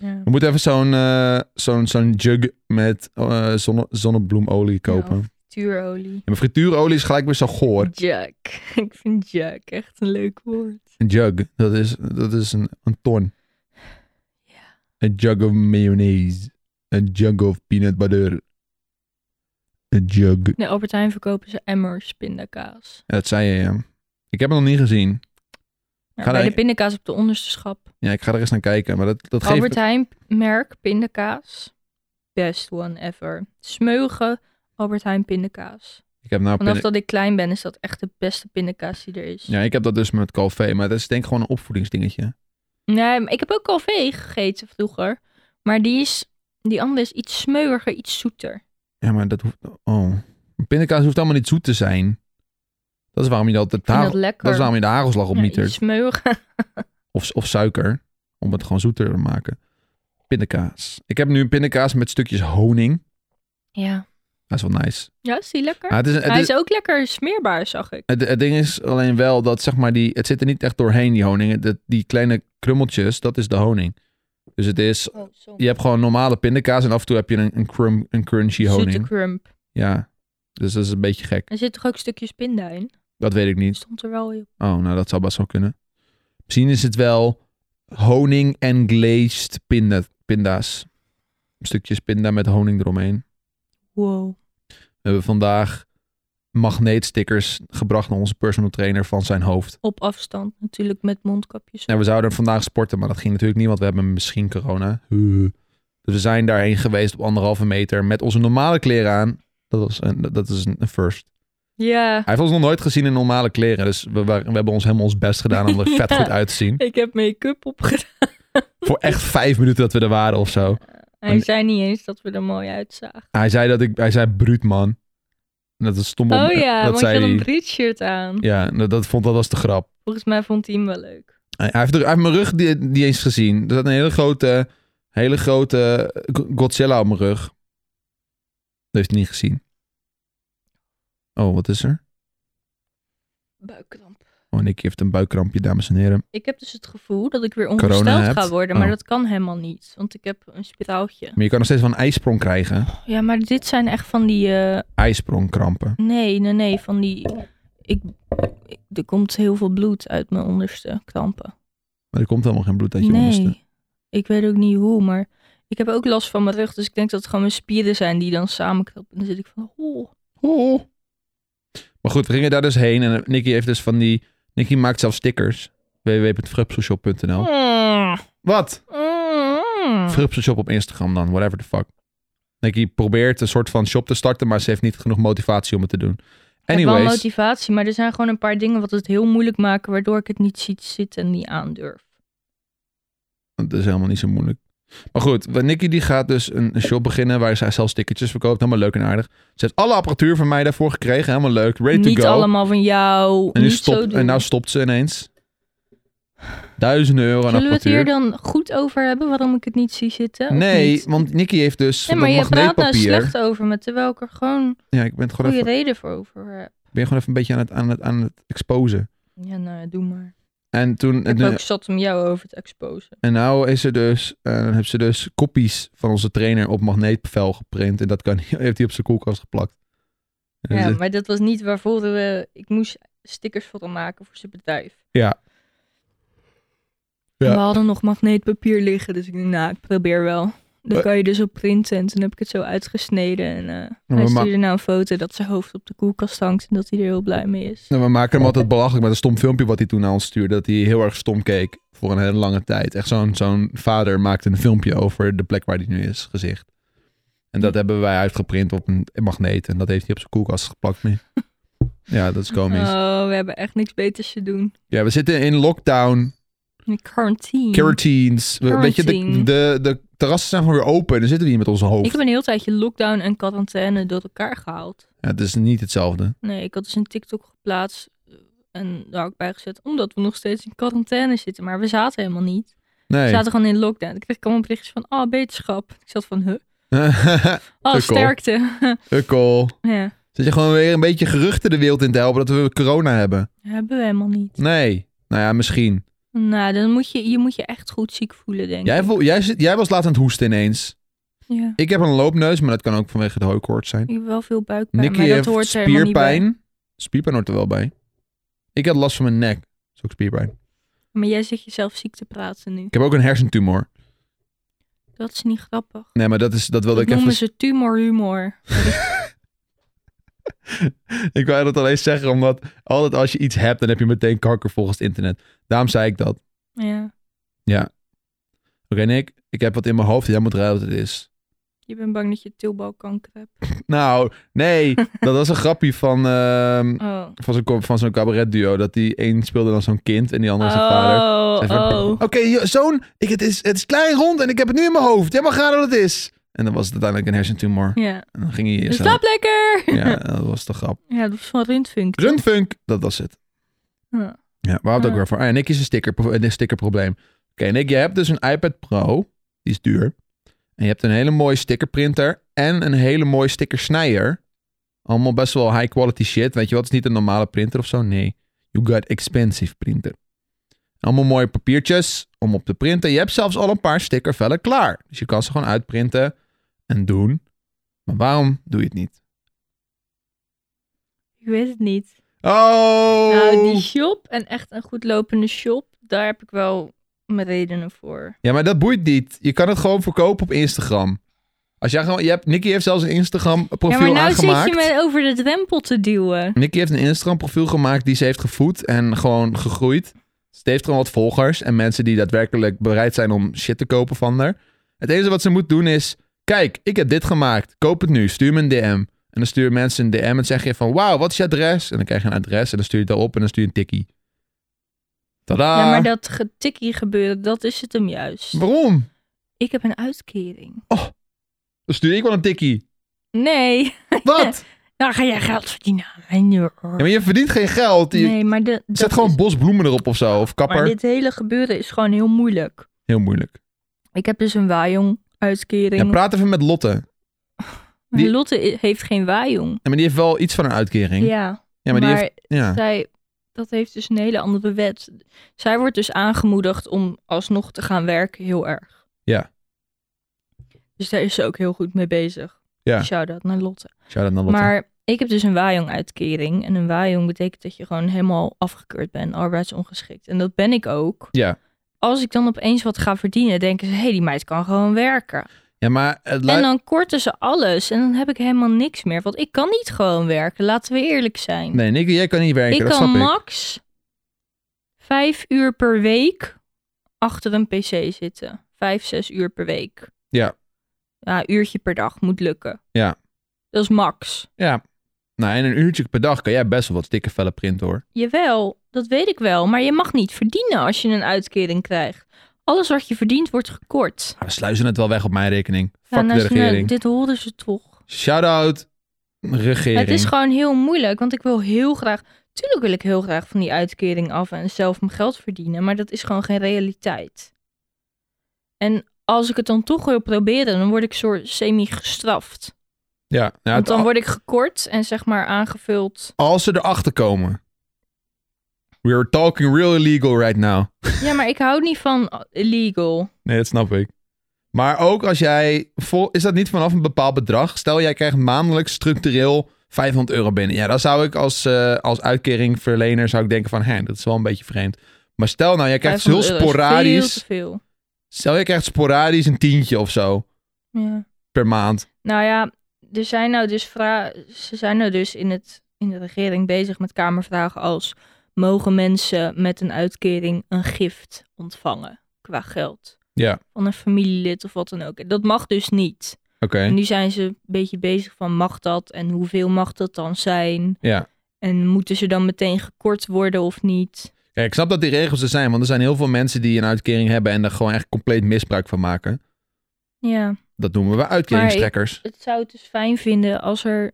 [SPEAKER 2] Ja.
[SPEAKER 1] We moeten even zo'n eh, zo'n zo'n jug met eh, zonne, zonnebloemolie kopen.
[SPEAKER 2] Ja. Tuurolie.
[SPEAKER 1] En mijn frituurolie is gelijk weer zo goor.
[SPEAKER 2] Jack. Ik vind Jack echt een leuk woord.
[SPEAKER 1] Een jug, dat is, dat is een, een ton.
[SPEAKER 2] Ja.
[SPEAKER 1] Een jug of mayonaise. Een jug of peanut butter. Een jug.
[SPEAKER 2] Nee, Albert Heijn verkopen ze emmers pindakaas.
[SPEAKER 1] Ja, dat zei je, ja. Ik heb het nog niet gezien.
[SPEAKER 2] Maar
[SPEAKER 1] Ga
[SPEAKER 2] bij
[SPEAKER 1] daar-
[SPEAKER 2] de pindakaas op de onderste schap.
[SPEAKER 1] Ja, ik ga er eens naar kijken. Maar dat, dat geeft...
[SPEAKER 2] Albert Heijn merk pindakaas. Best one ever. Smeugen Albert Heijn pindakaas.
[SPEAKER 1] Ik heb nou...
[SPEAKER 2] Vanaf
[SPEAKER 1] pinda-
[SPEAKER 2] dat ik klein ben is dat echt de beste pindakaas die er is.
[SPEAKER 1] Ja, ik heb dat dus met café. Maar dat is denk ik gewoon een opvoedingsdingetje.
[SPEAKER 2] Nee, maar ik heb ook kalvee gegeten vroeger. Maar die, is, die andere is iets smeuiger, iets zoeter.
[SPEAKER 1] Ja, maar dat hoeft... Oh. Een Pindakaas hoeft allemaal niet zoet te zijn. Dat is waarom je dat... De
[SPEAKER 2] Ik vind
[SPEAKER 1] hagel-
[SPEAKER 2] dat lekker.
[SPEAKER 1] dat is waarom je de hagelslag op
[SPEAKER 2] Ja,
[SPEAKER 1] niet
[SPEAKER 2] iets smeuiger.
[SPEAKER 1] Of, of suiker. Om het gewoon zoeter te maken. Pindakaas. Ik heb nu een pindakaas met stukjes honing.
[SPEAKER 2] Ja.
[SPEAKER 1] Dat is wel nice.
[SPEAKER 2] ja, is die lekker?
[SPEAKER 1] Maar het is, Ah, het
[SPEAKER 2] Hij
[SPEAKER 1] is-
[SPEAKER 2] is ook lekker smeerbaar, zag ik.
[SPEAKER 1] Het, het ding is alleen wel dat zeg maar die, het zit er niet echt doorheen die honing. Het- het- die kleine krummeltjes, dat is de honing. Dus het is,
[SPEAKER 2] Oh, zo.
[SPEAKER 1] je hebt gewoon normale pindakaas en af en toe heb je een, een, crum, een crunchy
[SPEAKER 2] Zoete
[SPEAKER 1] honing.
[SPEAKER 2] crump.
[SPEAKER 1] Ja, dus dat is een beetje gek.
[SPEAKER 2] Er zitten toch ook stukjes pinda in?
[SPEAKER 1] Dat weet ik niet.
[SPEAKER 2] Stond er wel op.
[SPEAKER 1] Oh, nou dat zou best wel kunnen. Misschien is het wel honing en glazed pinda, pinda's. Stukjes pinda met honing eromheen.
[SPEAKER 2] Wow.
[SPEAKER 1] We hebben vandaag magneetstickers gebracht naar onze personal trainer van zijn hoofd.
[SPEAKER 2] Op afstand natuurlijk met mondkapjes.
[SPEAKER 1] Nou, we zouden vandaag sporten, maar dat ging natuurlijk niet, want we hebben misschien corona. Huh. Dus we zijn daarheen geweest op anderhalve meter met onze normale kleren aan. Dat, was een, dat is een een first.
[SPEAKER 2] Ja,
[SPEAKER 1] Hij heeft ons nog nooit gezien in normale kleren. Dus we, wa- we hebben ons helemaal ons best gedaan om er vet
[SPEAKER 2] Ja.
[SPEAKER 1] goed uit te zien.
[SPEAKER 2] ik heb make-up opgedaan.
[SPEAKER 1] Voor echt vijf minuten dat we er waren of zo.
[SPEAKER 2] Hij zei niet eens dat we er mooi uitzagen.
[SPEAKER 1] Hij zei dat ik, hij zei bruut man. En Dat is stom. om-
[SPEAKER 2] oh ja,
[SPEAKER 1] dat
[SPEAKER 2] want je had een
[SPEAKER 1] hij.
[SPEAKER 2] breedshirt aan.
[SPEAKER 1] Ja, dat, dat vond dat was de grap.
[SPEAKER 2] Volgens mij vond hij hem wel leuk.
[SPEAKER 1] Hij hij heeft, er- hij heeft mijn rug die- niet eens gezien. Er zat een hele grote, hele grote Godzilla op mijn rug. Dat heeft hij niet gezien. Oh, wat is er?
[SPEAKER 2] Buikkramp.
[SPEAKER 1] Oh, Nicky heeft een buikkrampje, dames en heren.
[SPEAKER 2] Ik heb dus het gevoel dat ik weer
[SPEAKER 1] Corona
[SPEAKER 2] ongesteld
[SPEAKER 1] hebt?
[SPEAKER 2] ga worden, maar
[SPEAKER 1] Oh.
[SPEAKER 2] dat kan helemaal niet. Want ik heb een spiraaltje.
[SPEAKER 1] Maar je kan nog steeds wel een ijsprong krijgen.
[SPEAKER 2] Ja, maar dit zijn echt van die... eh,
[SPEAKER 1] Ijsprongkrampen.
[SPEAKER 2] nee, nee, nee, van die... Ik, ik- er komt heel veel bloed uit mijn onderste krampen.
[SPEAKER 1] Maar er komt helemaal geen bloed uit je onderste.
[SPEAKER 2] Nee, ik weet ook niet hoe, maar ik heb ook last van mijn rug. Dus ik denk dat het gewoon mijn spieren zijn die dan samenknappen. En dan zit ik van, oh.
[SPEAKER 1] Oh. Maar goed, we gingen daar dus heen. En Nicky heeft dus van die... Nicky maakt zelf stickers. www.frupselshop.nl
[SPEAKER 2] Mm,
[SPEAKER 1] Wat?
[SPEAKER 2] mm.
[SPEAKER 1] Frupse shop op Instagram dan, whatever the fuck. Nicky probeert een soort van shop te starten, maar ze heeft niet genoeg motivatie om het te doen.
[SPEAKER 2] Ik heb wel
[SPEAKER 1] Anyways,
[SPEAKER 2] motivatie, maar er zijn gewoon een paar dingen wat het heel moeilijk maken, waardoor ik het niet ziet zitten en niet aandurf.
[SPEAKER 1] dat is helemaal niet zo moeilijk. Maar goed, we- Nicky die gaat dus een een shop beginnen waar zij zelf stickertjes verkoopt. Helemaal leuk en aardig. Ze heeft alle apparatuur van mij daarvoor gekregen. Helemaal leuk. Ready
[SPEAKER 2] niet
[SPEAKER 1] to go.
[SPEAKER 2] allemaal van jou.
[SPEAKER 1] en, nu
[SPEAKER 2] niet zo
[SPEAKER 1] stopt,
[SPEAKER 2] doen.
[SPEAKER 1] en nou stopt ze ineens. Duizenden euro aan
[SPEAKER 2] Zullen we het
[SPEAKER 1] apparatuur.
[SPEAKER 2] hier dan goed over hebben waarom ik het niet zie zitten? Oh, Of
[SPEAKER 1] nee,
[SPEAKER 2] niet?
[SPEAKER 1] want Nicky heeft dus
[SPEAKER 2] nee
[SPEAKER 1] dat
[SPEAKER 2] maar je praat nou
[SPEAKER 1] magneetpapier.
[SPEAKER 2] slecht over me, terwijl ik er gewoon
[SPEAKER 1] ja, ik ben, het gewoon
[SPEAKER 2] goede
[SPEAKER 1] even,
[SPEAKER 2] reden voor over heb.
[SPEAKER 1] ben je gewoon even een beetje aan het, aan het, aan het exposen.
[SPEAKER 2] Ja, nou, ja, doe maar.
[SPEAKER 1] En eh, toen,
[SPEAKER 2] Ik
[SPEAKER 1] nu-
[SPEAKER 2] heb ook zat om jou over te exposen.
[SPEAKER 1] En nou is er dus, eh, dan hebben ze dus kopies van onze trainer op magneetvel geprint. En dat kan, heeft hij op zijn koelkast geplakt. En
[SPEAKER 2] Ja,
[SPEAKER 1] dus-
[SPEAKER 2] maar dat was niet waarvoor we, ik moest stickers voor hem maken voor zijn bedrijf.
[SPEAKER 1] Ja. Ja.
[SPEAKER 2] We hadden nog magneetpapier liggen, dus ik dacht, nou, ik probeer wel. Dan
[SPEAKER 1] Eh.
[SPEAKER 2] kan je dus op printen en toen heb ik het zo uitgesneden. En eh, hij
[SPEAKER 1] we ma-
[SPEAKER 2] stuurde nou een foto dat zijn hoofd op de koelkast hangt en dat hij er heel blij mee is.
[SPEAKER 1] nou, we maken hem altijd belachelijk met een stom filmpje wat hij toen naar ons stuurde. Dat hij heel erg stom keek voor een hele lange tijd. Echt zo'n zo'n vader maakte een filmpje over de plek waar hij nu is, gezicht. En dat hebben wij uitgeprint op een magneet. En dat heeft hij op zijn koelkast geplakt. nu. Ja, dat is komisch.
[SPEAKER 2] Oh, we hebben echt niks beters te doen.
[SPEAKER 1] Ja, we zitten in lockdown,
[SPEAKER 2] In Quarantine.
[SPEAKER 1] quarantines. We- Weet je, de,
[SPEAKER 2] Quarantine.
[SPEAKER 1] de, de terrassen zijn gewoon weer open en dan zitten we hier met onze hoofd.
[SPEAKER 2] ik heb een heel tijdje lockdown en quarantaine door elkaar gehaald.
[SPEAKER 1] Ja, het is niet hetzelfde.
[SPEAKER 2] Nee, ik had dus een TikTok geplaatst eh, en daar had ik bij gezet. Omdat we nog steeds in quarantaine zitten, maar we zaten helemaal niet. We
[SPEAKER 1] Nee.
[SPEAKER 2] zaten gewoon in lockdown. Ik kreeg allemaal berichtjes van, ah, beterschap. Ik zat van, huh? Ah,
[SPEAKER 1] Sukkel.
[SPEAKER 2] sterkte.
[SPEAKER 1] Ukkel.
[SPEAKER 2] ja,
[SPEAKER 1] Zit je gewoon weer een beetje geruchten de wereld in te helpen dat we corona hebben?
[SPEAKER 2] hebben we helemaal niet.
[SPEAKER 1] Nee. Nou ja, misschien.
[SPEAKER 2] Nou, dan moet je, je moet je echt goed ziek voelen, denk
[SPEAKER 1] Jij,
[SPEAKER 2] ik.
[SPEAKER 1] voel- jij, zit- jij was laat aan het hoesten ineens.
[SPEAKER 2] Ja.
[SPEAKER 1] Ik heb een loopneus, maar dat kan ook vanwege de hooikoorts zijn.
[SPEAKER 2] Ik heb wel veel buikpijn,
[SPEAKER 1] Nicky
[SPEAKER 2] maar dat
[SPEAKER 1] heeft
[SPEAKER 2] hoort er helemaal niet bij.
[SPEAKER 1] spierpijn. Spierpijn hoort er wel bij. Ik had last van mijn nek. Dat is ook spierpijn.
[SPEAKER 2] Maar jij zit jezelf ziek te praten nu.
[SPEAKER 1] Ik heb ook een hersentumor.
[SPEAKER 2] Dat is niet grappig.
[SPEAKER 1] Nee, maar dat, is, dat wilde
[SPEAKER 2] Dat
[SPEAKER 1] ik even...
[SPEAKER 2] noemen ze tumorhumor.
[SPEAKER 1] Ik wou dat alleen zeggen, omdat altijd als je iets hebt, dan heb je meteen kanker volgens het internet. Daarom zei ik dat. Oké,
[SPEAKER 2] Ja,
[SPEAKER 1] Nick, ik heb wat in mijn hoofd. Jij moet raden wat het is.
[SPEAKER 2] je bent bang dat je tilbalkanker hebt.
[SPEAKER 1] Nou, nee. dat was een grapje van, ehm,
[SPEAKER 2] Oh,
[SPEAKER 1] van zo'n co- van zo'n cabaret duo. Dat die één speelde dan zo'n kind en die andere zijn vader.
[SPEAKER 2] oh,
[SPEAKER 1] Zei van,
[SPEAKER 2] oh.
[SPEAKER 1] Oké, jo- zoon, ik, het, is, het is klein rond en ik heb het nu in mijn hoofd. Jij mag raden wat het is. En dan was het uiteindelijk een hersentumor.
[SPEAKER 2] Ja,
[SPEAKER 1] En dan ging hij eerst aan-
[SPEAKER 2] Dus slaap lekker!
[SPEAKER 1] Ja, dat was de grap.
[SPEAKER 2] Ja, dat was van Rundfunk.
[SPEAKER 1] Rundfunk, dat was het.
[SPEAKER 2] Ja.
[SPEAKER 1] Ja, waar had het ook
[SPEAKER 2] Ja.
[SPEAKER 1] weer voor? Ah ja, Nick is een, sticker, een stickerprobleem. Oké, Nick, je hebt dus een iPad Pro. Die is duur. En je hebt een hele mooie stickerprinter en een hele mooie stickersnijer. Allemaal best wel high quality shit. Weet je wat? Het is niet een normale printer of zo. Nee. You got expensive printer. Allemaal mooie papiertjes om op te printen. Je hebt zelfs al een paar stickervellen klaar. Dus je kan ze gewoon uitprinten en doen. Maar waarom doe je het niet?
[SPEAKER 2] Ik weet het niet.
[SPEAKER 1] Oh!
[SPEAKER 2] Nou, die shop en echt een goed lopende shop, daar heb ik wel mijn redenen voor.
[SPEAKER 1] Ja, maar dat boeit niet. Je kan het gewoon verkopen op Instagram. Als jij gewoon, je hebt, Nicky heeft zelfs een Instagram profiel
[SPEAKER 2] ja, maar nou
[SPEAKER 1] aangemaakt.
[SPEAKER 2] zit je me over de drempel te duwen.
[SPEAKER 1] Nicky heeft een Instagram profiel gemaakt die ze heeft gevoed en gewoon gegroeid. Ze heeft gewoon wat volgers en mensen die daadwerkelijk bereid zijn om shit te kopen van haar. Het enige wat ze moet doen is, kijk, ik heb dit gemaakt. Koop het nu. Stuur me een DM. En dan stuur mensen een DM en dan zeg je van, wauw, wat is je adres? En dan krijg je een adres en dan stuur je het daarop en dan stuur je een tikkie. Tadaa.
[SPEAKER 2] Ja, maar dat getikkie gebeuren, dat is het hem juist.
[SPEAKER 1] Waarom?
[SPEAKER 2] Ik heb een uitkering.
[SPEAKER 1] Dan stuur ik wel een tikkie.
[SPEAKER 2] Nee,
[SPEAKER 1] Wat?
[SPEAKER 2] daar ga jij geld verdienen aan mij nu.
[SPEAKER 1] Ja, maar je verdient geen geld. Je-
[SPEAKER 2] Nee, maar de, dat
[SPEAKER 1] Zet gewoon
[SPEAKER 2] is-
[SPEAKER 1] bosbloemen erop of zo. Of kapper.
[SPEAKER 2] maar dit hele gebeuren is gewoon heel moeilijk.
[SPEAKER 1] Heel moeilijk.
[SPEAKER 2] Ik heb dus een waaijong uitkering.
[SPEAKER 1] Ja, praat even met Lotte. En
[SPEAKER 2] Maar
[SPEAKER 1] die-
[SPEAKER 2] Lotte i- heeft geen waaijong.
[SPEAKER 1] maar die heeft wel iets van een uitkering. Ja,
[SPEAKER 2] Ja,
[SPEAKER 1] maar, die
[SPEAKER 2] maar
[SPEAKER 1] heeft... Ja.
[SPEAKER 2] zij, dat heeft dus een hele andere wet. Zij wordt dus aangemoedigd om alsnog te gaan werken heel erg.
[SPEAKER 1] Ja.
[SPEAKER 2] Dus daar is ze ook heel goed mee bezig.
[SPEAKER 1] Ja.
[SPEAKER 2] Shout-out naar Lotte.
[SPEAKER 1] Shout-out naar Lotte.
[SPEAKER 2] Maar ik heb dus een waaijong uitkering. En een waaijong betekent dat je gewoon helemaal afgekeurd bent, arbeidsongeschikt. En dat ben ik ook.
[SPEAKER 1] Ja.
[SPEAKER 2] Als ik dan opeens wat ga verdienen, denken ze, hé, hey, die meid kan gewoon werken.
[SPEAKER 1] Ja, maar het lijkt...
[SPEAKER 2] En dan korten ze alles en dan heb ik helemaal niks meer. Want ik kan niet gewoon werken, laten we eerlijk zijn.
[SPEAKER 1] Nee, Nicky, jij kan niet werken.
[SPEAKER 2] ik
[SPEAKER 1] dat
[SPEAKER 2] kan
[SPEAKER 1] snap ik.
[SPEAKER 2] max vijf uur per week achter een pc zitten. Vijf, zes uur per week.
[SPEAKER 1] Ja.
[SPEAKER 2] Ja, een uurtje per dag moet lukken.
[SPEAKER 1] Ja.
[SPEAKER 2] Dat is max.
[SPEAKER 1] Ja. Nou, en een uurtje per dag kan jij best wel wat dikke vellen printen, hoor.
[SPEAKER 2] Jawel, dat weet ik wel. Maar je mag niet verdienen als je een uitkering krijgt. Alles wat je verdient wordt gekort.
[SPEAKER 1] Maar Nou, we sluizen het wel weg op mijn rekening.
[SPEAKER 2] Ja,
[SPEAKER 1] Fuck
[SPEAKER 2] nou,
[SPEAKER 1] de
[SPEAKER 2] ze- nou,
[SPEAKER 1] regering.
[SPEAKER 2] dit horen ze toch.
[SPEAKER 1] Shout-out regering.
[SPEAKER 2] Het is gewoon heel moeilijk, want ik wil heel graag. Tuurlijk wil ik heel graag van die uitkering af en zelf mijn geld verdienen, maar dat is gewoon geen realiteit. En als ik het dan toch wil proberen, dan word ik soort semi-gestraft.
[SPEAKER 1] Ja. Nou, het-
[SPEAKER 2] Want dan word ik gekort en zeg maar aangevuld.
[SPEAKER 1] Als ze erachter komen... We are talking real illegal right now.
[SPEAKER 2] Ja, maar ik hou niet van illegal.
[SPEAKER 1] Nee, dat snap ik. Maar ook als jij... Vol, is dat niet vanaf een bepaald bedrag? Stel, jij krijgt maandelijks structureel 500 euro binnen. Ja, dan zou ik als, eh, als uitkeringverlener zou ik denken van... Hé, dat is wel een beetje vreemd. Maar stel nou, jij krijgt
[SPEAKER 2] 500
[SPEAKER 1] heel
[SPEAKER 2] euro is
[SPEAKER 1] sporadisch...
[SPEAKER 2] Veel te veel.
[SPEAKER 1] Stel, jij krijgt sporadisch een tientje of zo
[SPEAKER 2] Ja.
[SPEAKER 1] per maand.
[SPEAKER 2] Nou ja, er zijn nou dus vra- ze zijn nou dus in, het, in de regering bezig met kamervragen als... mogen mensen met een uitkering een gift ontvangen qua geld?
[SPEAKER 1] Ja.
[SPEAKER 2] Van een familielid of wat dan ook. Dat mag dus niet.
[SPEAKER 1] Oké.
[SPEAKER 2] En nu zijn ze een beetje bezig van mag dat en hoeveel mag dat dan zijn?
[SPEAKER 1] Ja.
[SPEAKER 2] En moeten ze dan meteen gekort worden of niet?
[SPEAKER 1] Kijk, ik snap dat die regels er zijn, want er zijn heel veel mensen die een uitkering hebben en daar gewoon echt compleet misbruik van maken.
[SPEAKER 2] Ja.
[SPEAKER 1] Dat noemen we uitkeringstrekkers.
[SPEAKER 2] Het zou het dus fijn vinden als er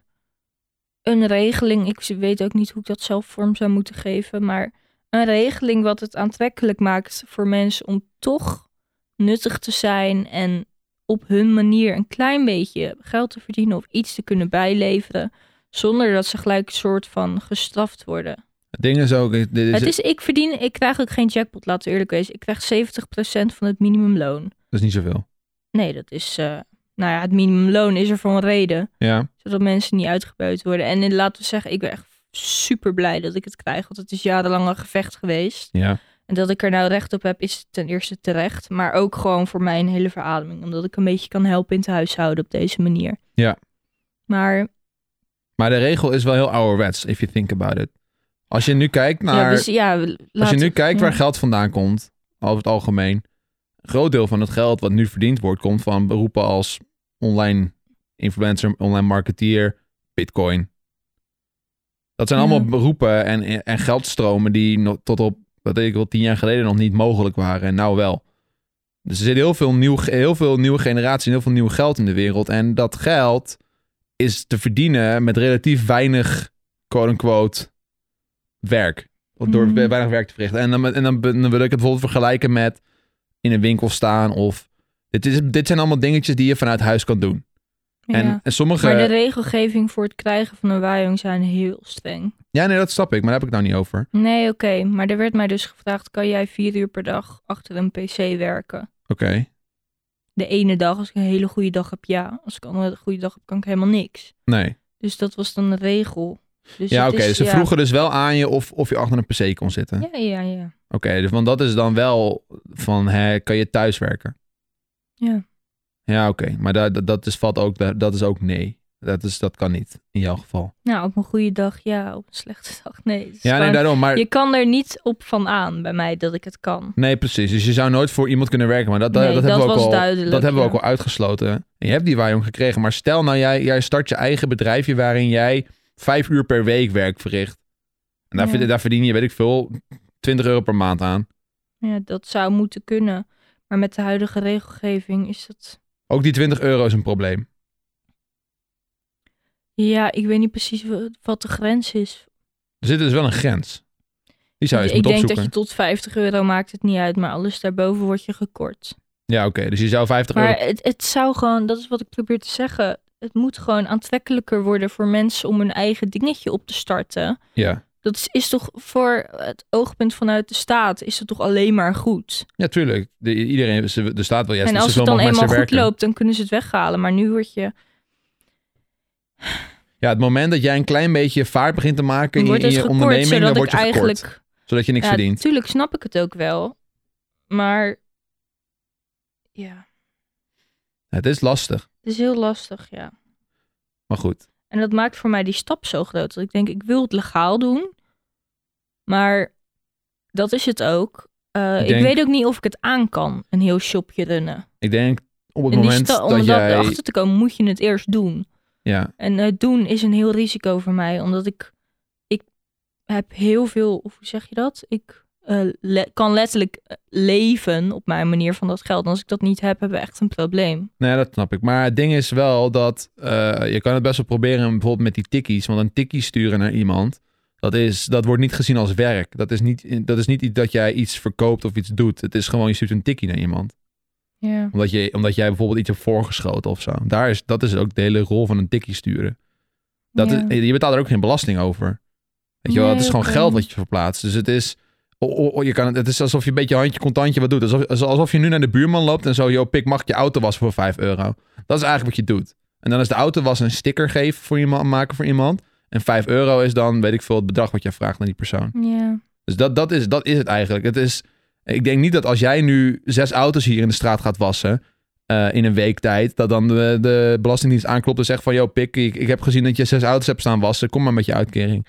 [SPEAKER 2] een regeling, ik weet ook niet hoe ik dat zelf vorm zou moeten geven, maar een regeling wat het aantrekkelijk maakt voor mensen om toch nuttig te zijn en op hun manier een klein beetje geld te verdienen of iets te kunnen bijleveren, zonder dat ze gelijk een soort van gestraft worden.
[SPEAKER 1] Het ding is ook, dit is,
[SPEAKER 2] Het is, ik verdien, ik krijg ook geen jackpot, laten we eerlijk wezen. Ik krijg 70% van het minimumloon.
[SPEAKER 1] dat is niet zoveel.
[SPEAKER 2] Nee, dat is, eh, nou ja, het minimumloon is er voor een reden,
[SPEAKER 1] Ja,
[SPEAKER 2] zodat mensen niet uitgebuit worden. En eh, laten we zeggen, ik ben echt super blij dat ik het krijg, want het is jarenlang een gevecht geweest.
[SPEAKER 1] ja.
[SPEAKER 2] En dat ik er nou recht op heb, is ten eerste terecht. Maar ook gewoon voor mij een hele verademing. Omdat ik een beetje kan helpen in het huishouden op deze manier.
[SPEAKER 1] Ja.
[SPEAKER 2] Maar
[SPEAKER 1] Maar de regel is wel heel ouderwets, if you think about it. Als je nu kijkt
[SPEAKER 2] ja,
[SPEAKER 1] naar,
[SPEAKER 2] dus, ja, we-
[SPEAKER 1] als je
[SPEAKER 2] laten-
[SPEAKER 1] nu kijkt
[SPEAKER 2] ja.
[SPEAKER 1] waar geld vandaan komt, over het algemeen, een groot deel van het geld wat nu verdiend wordt, komt van beroepen als online influencer, online marketeer, bitcoin. Dat zijn
[SPEAKER 2] Ja.
[SPEAKER 1] allemaal beroepen en, en geldstromen die nog tot op, wat weet ik wel, tien jaar geleden nog niet mogelijk waren. En nou wel. Dus er zit heel veel, nieuw, heel veel nieuwe generatie en heel veel nieuw geld in de wereld. En dat geld is te verdienen met relatief weinig, quote-unquote, werk. Of door
[SPEAKER 2] Mhm.
[SPEAKER 1] weinig werk te verrichten. En, dan, en dan, dan wil ik het bijvoorbeeld vergelijken met in een winkel staan of... Dit, is, dit zijn allemaal dingetjes die je vanuit huis kan doen. En,
[SPEAKER 2] Ja.
[SPEAKER 1] en sommige...
[SPEAKER 2] Maar de regelgeving voor het krijgen van een waaiing zijn heel streng.
[SPEAKER 1] Ja, nee, dat snap ik, maar daar heb ik het nou niet over.
[SPEAKER 2] Nee, oké. Maar er werd mij dus gevraagd, kan jij vier uur per dag achter een pc werken?
[SPEAKER 1] Oké.
[SPEAKER 2] De ene dag, als ik een hele goede dag heb, ja. Als ik een andere goede dag heb, kan ik helemaal niks.
[SPEAKER 1] Nee.
[SPEAKER 2] Dus dat was dan de regel. Dus
[SPEAKER 1] Ja,
[SPEAKER 2] het
[SPEAKER 1] oké.
[SPEAKER 2] is-
[SPEAKER 1] Ze
[SPEAKER 2] ja.
[SPEAKER 1] vroegen dus wel aan je of, of je achter een pc kon zitten.
[SPEAKER 2] Ja, ja, ja.
[SPEAKER 1] Oké, dus, want dat is dan wel van, hè, kan je thuis werken?
[SPEAKER 2] Ja.
[SPEAKER 1] Ja, oké. Maar dat, dat, dat is, valt ook, dat- dat is ook nee. Dat, is, dat kan niet, in jouw geval.
[SPEAKER 2] Nou, op een goede dag ja, op een slechte dag nee. Het is
[SPEAKER 1] Ja, nee,
[SPEAKER 2] gewoon-
[SPEAKER 1] daarom. Maar,
[SPEAKER 2] Je kan er niet op van aan bij mij dat ik het kan.
[SPEAKER 1] Nee, precies. Dus je zou nooit voor iemand kunnen werken. Maar dat, dat,
[SPEAKER 2] Nee,
[SPEAKER 1] dat hebben,
[SPEAKER 2] dat
[SPEAKER 1] we ook,
[SPEAKER 2] was
[SPEAKER 1] al,
[SPEAKER 2] duidelijk,
[SPEAKER 1] dat hebben we
[SPEAKER 2] ja.
[SPEAKER 1] ook al uitgesloten. En je hebt die waarom gekregen. Maar stel nou, jij, jij start je eigen bedrijfje waarin jij vijf uur per week werk verricht. En daar,
[SPEAKER 2] Ja.
[SPEAKER 1] vind- daar verdien je, weet ik veel, 20 euro per maand aan.
[SPEAKER 2] Ja, dat zou moeten kunnen. Maar met de huidige regelgeving is dat...
[SPEAKER 1] Ook die 20 euro is een probleem.
[SPEAKER 2] Ja, ik weet niet precies wa- wat de grens is.
[SPEAKER 1] Er zit dus wel een grens. Die zou je eens
[SPEAKER 2] ik
[SPEAKER 1] moeten
[SPEAKER 2] denk dat
[SPEAKER 1] opzoeken.
[SPEAKER 2] je tot 50 euro maakt het niet uit, maar alles daarboven wordt je gekort.
[SPEAKER 1] Ja, oké. Dus je zou 50 euro...
[SPEAKER 2] Maar het, het zou gewoon, dat is wat ik probeer te zeggen. Het moet gewoon aantrekkelijker worden voor mensen om hun eigen dingetje op te starten.
[SPEAKER 1] Ja.
[SPEAKER 2] Dat is, is toch voor het oogpunt vanuit de staat, is het toch alleen maar goed?
[SPEAKER 1] ja, dus tuurlijk. De, iedereen, ze- de staat wil juist
[SPEAKER 2] en
[SPEAKER 1] dat
[SPEAKER 2] als het
[SPEAKER 1] zoveel
[SPEAKER 2] dan
[SPEAKER 1] mogelijk
[SPEAKER 2] eenmaal goed
[SPEAKER 1] mensen werken.
[SPEAKER 2] loopt, dan kunnen ze het weghalen. Maar nu word je,
[SPEAKER 1] Ja, het moment dat jij een klein beetje vaart begint te maken in,
[SPEAKER 2] wordt
[SPEAKER 1] in
[SPEAKER 2] het
[SPEAKER 1] je
[SPEAKER 2] gekort,
[SPEAKER 1] onderneming,
[SPEAKER 2] zodat
[SPEAKER 1] dan word je
[SPEAKER 2] ik eigenlijk...
[SPEAKER 1] gekort. Zodat je niks
[SPEAKER 2] ja,
[SPEAKER 1] verdient.
[SPEAKER 2] natuurlijk snap ik het ook wel. Maar ja,
[SPEAKER 1] Het is lastig.
[SPEAKER 2] het is heel lastig, ja.
[SPEAKER 1] Maar goed.
[SPEAKER 2] En dat maakt voor mij die stap zo groot. Dat ik denk, ik wil het legaal doen. Maar dat is het ook. Eh,
[SPEAKER 1] Ik
[SPEAKER 2] ik,
[SPEAKER 1] denk-
[SPEAKER 2] weet ook niet of ik het aan kan, een heel shopje runnen.
[SPEAKER 1] Ik denk op het
[SPEAKER 2] en die
[SPEAKER 1] moment
[SPEAKER 2] sta- om
[SPEAKER 1] dat
[SPEAKER 2] dat
[SPEAKER 1] jij...
[SPEAKER 2] erachter te komen, moet je het eerst doen.
[SPEAKER 1] Ja,
[SPEAKER 2] En het doen is een heel risico voor mij, omdat ik, ik heb heel veel, of hoe zeg je dat? Ik eh, le- kan letterlijk eh, leven op mijn manier van dat geld. En als ik dat niet heb, hebben we echt een probleem.
[SPEAKER 1] nee, dat snap ik. Maar het ding is wel dat eh, je kan het best wel proberen bijvoorbeeld met die tikkies. Want een tikkie sturen naar iemand, dat, is, dat wordt niet gezien als werk. Dat is niet, dat is niet iets dat jij iets verkoopt of iets doet. Het is gewoon, je stuurt een tikkie naar iemand.
[SPEAKER 2] Ja.
[SPEAKER 1] Omdat, je, omdat jij bijvoorbeeld iets hebt voorgeschoten of zo. Daar is, dat is ook de hele rol van een tikkie sturen. Dat is, je betaalt er ook geen belasting over. Weet je wel, het is
[SPEAKER 2] Nee,
[SPEAKER 1] gewoon
[SPEAKER 2] oké.
[SPEAKER 1] geld wat je verplaatst. Dus het is, o- o- o- je kan, het- het is alsof je een beetje handje contantje wat doet. Alsof, als- alsof je nu naar de buurman loopt en zo, yo pik, mag ik je auto wassen voor 5 euro? Dat is eigenlijk wat je doet. En dan is de auto was een sticker geven voor iemand, maken voor iemand. En 5 euro is dan, weet ik veel, het bedrag wat jij vraagt aan die persoon.
[SPEAKER 2] Ja.
[SPEAKER 1] Dus dat, dat, is, dat is het eigenlijk. Het is, ik denk niet dat als jij nu zes auto's hier in de straat gaat wassen eh, in een week tijd, dat dan de, de Belastingdienst aanklopt en zegt van, yo pik, ik, ik heb gezien dat je zes auto's hebt staan wassen, kom maar met je uitkering.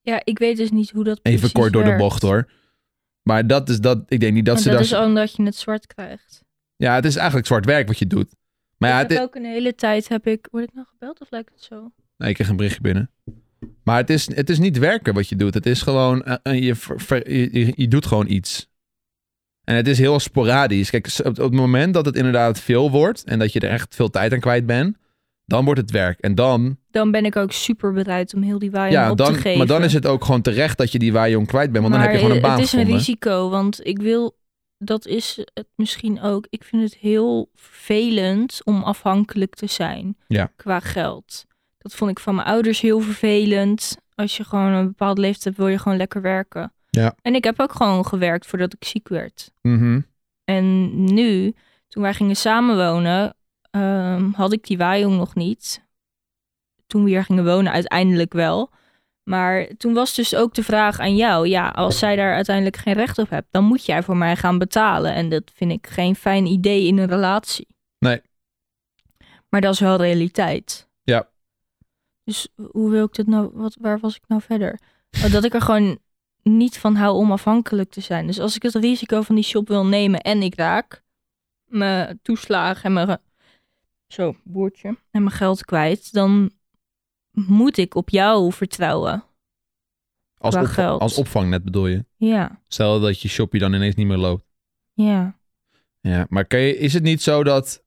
[SPEAKER 2] ja, ik weet dus niet hoe dat
[SPEAKER 1] Even
[SPEAKER 2] precies
[SPEAKER 1] kort door
[SPEAKER 2] werkt.
[SPEAKER 1] de bocht hoor. Maar dat is dat, ik denk niet dat
[SPEAKER 2] Maar
[SPEAKER 1] ze
[SPEAKER 2] dat
[SPEAKER 1] daar...
[SPEAKER 2] is omdat je het zwart krijgt.
[SPEAKER 1] Ja, het is eigenlijk zwart werk wat je doet. Maar ja,
[SPEAKER 2] ik
[SPEAKER 1] het
[SPEAKER 2] heb
[SPEAKER 1] is-
[SPEAKER 2] ook een hele tijd, heb ik... Word ik nou gebeld of lijkt het zo?
[SPEAKER 1] Nee, ik kreeg een berichtje binnen. Maar het is, het is niet werken wat je doet. Het is gewoon, eh, eh, je, ver- ver- je, je- je doet gewoon iets. En het is heel sporadisch. Kijk, s- op, op het moment dat het inderdaad veel wordt en dat je er echt veel tijd aan kwijt bent, dan wordt het werk. En dan,
[SPEAKER 2] Dan ben ik ook super bereid om heel die waaier
[SPEAKER 1] ja,
[SPEAKER 2] op
[SPEAKER 1] dan,
[SPEAKER 2] te geven.
[SPEAKER 1] maar dan is het ook gewoon terecht dat je die waaijong kwijt bent, want dan
[SPEAKER 2] Maar eh,
[SPEAKER 1] heb je gewoon een baan
[SPEAKER 2] Het is een
[SPEAKER 1] gevonden.
[SPEAKER 2] risico, want ik wil, dat is het misschien ook. Ik vind het heel vervelend om afhankelijk te zijn
[SPEAKER 1] Ja.
[SPEAKER 2] qua geld. Dat vond ik van mijn ouders heel vervelend. Als je gewoon een bepaalde leeftijd hebt, wil je gewoon lekker werken.
[SPEAKER 1] Ja.
[SPEAKER 2] En ik heb ook gewoon gewerkt voordat ik ziek werd.
[SPEAKER 1] Mhm.
[SPEAKER 2] En nu, toen wij gingen samenwonen, ehm, had ik die waaiong nog niet. Toen we hier gingen wonen, uiteindelijk wel. Maar toen was dus ook de vraag aan jou: ja, als zij daar uiteindelijk geen recht op hebt, dan moet jij voor mij gaan betalen. En dat vind ik geen fijn idee in een relatie.
[SPEAKER 1] Nee.
[SPEAKER 2] Maar dat is wel realiteit.
[SPEAKER 1] Ja.
[SPEAKER 2] Dus hoe wil ik dat nou? Wat, waar was ik nou verder? Oh, Dat ik er gewoon niet van hou om afhankelijk te zijn. Dus als ik het risico van die shop wil nemen en ik raak mijn toeslagen en mijn ge- zo, boertje en mijn geld kwijt, dan moet ik op jou vertrouwen.
[SPEAKER 1] Als,
[SPEAKER 2] Qua
[SPEAKER 1] opva-
[SPEAKER 2] geld.
[SPEAKER 1] als opvangnet bedoel je.
[SPEAKER 2] Ja,
[SPEAKER 1] Stel dat je shopje dan ineens niet meer loopt.
[SPEAKER 2] ja.
[SPEAKER 1] Ja, maar kan je, is het niet zo dat...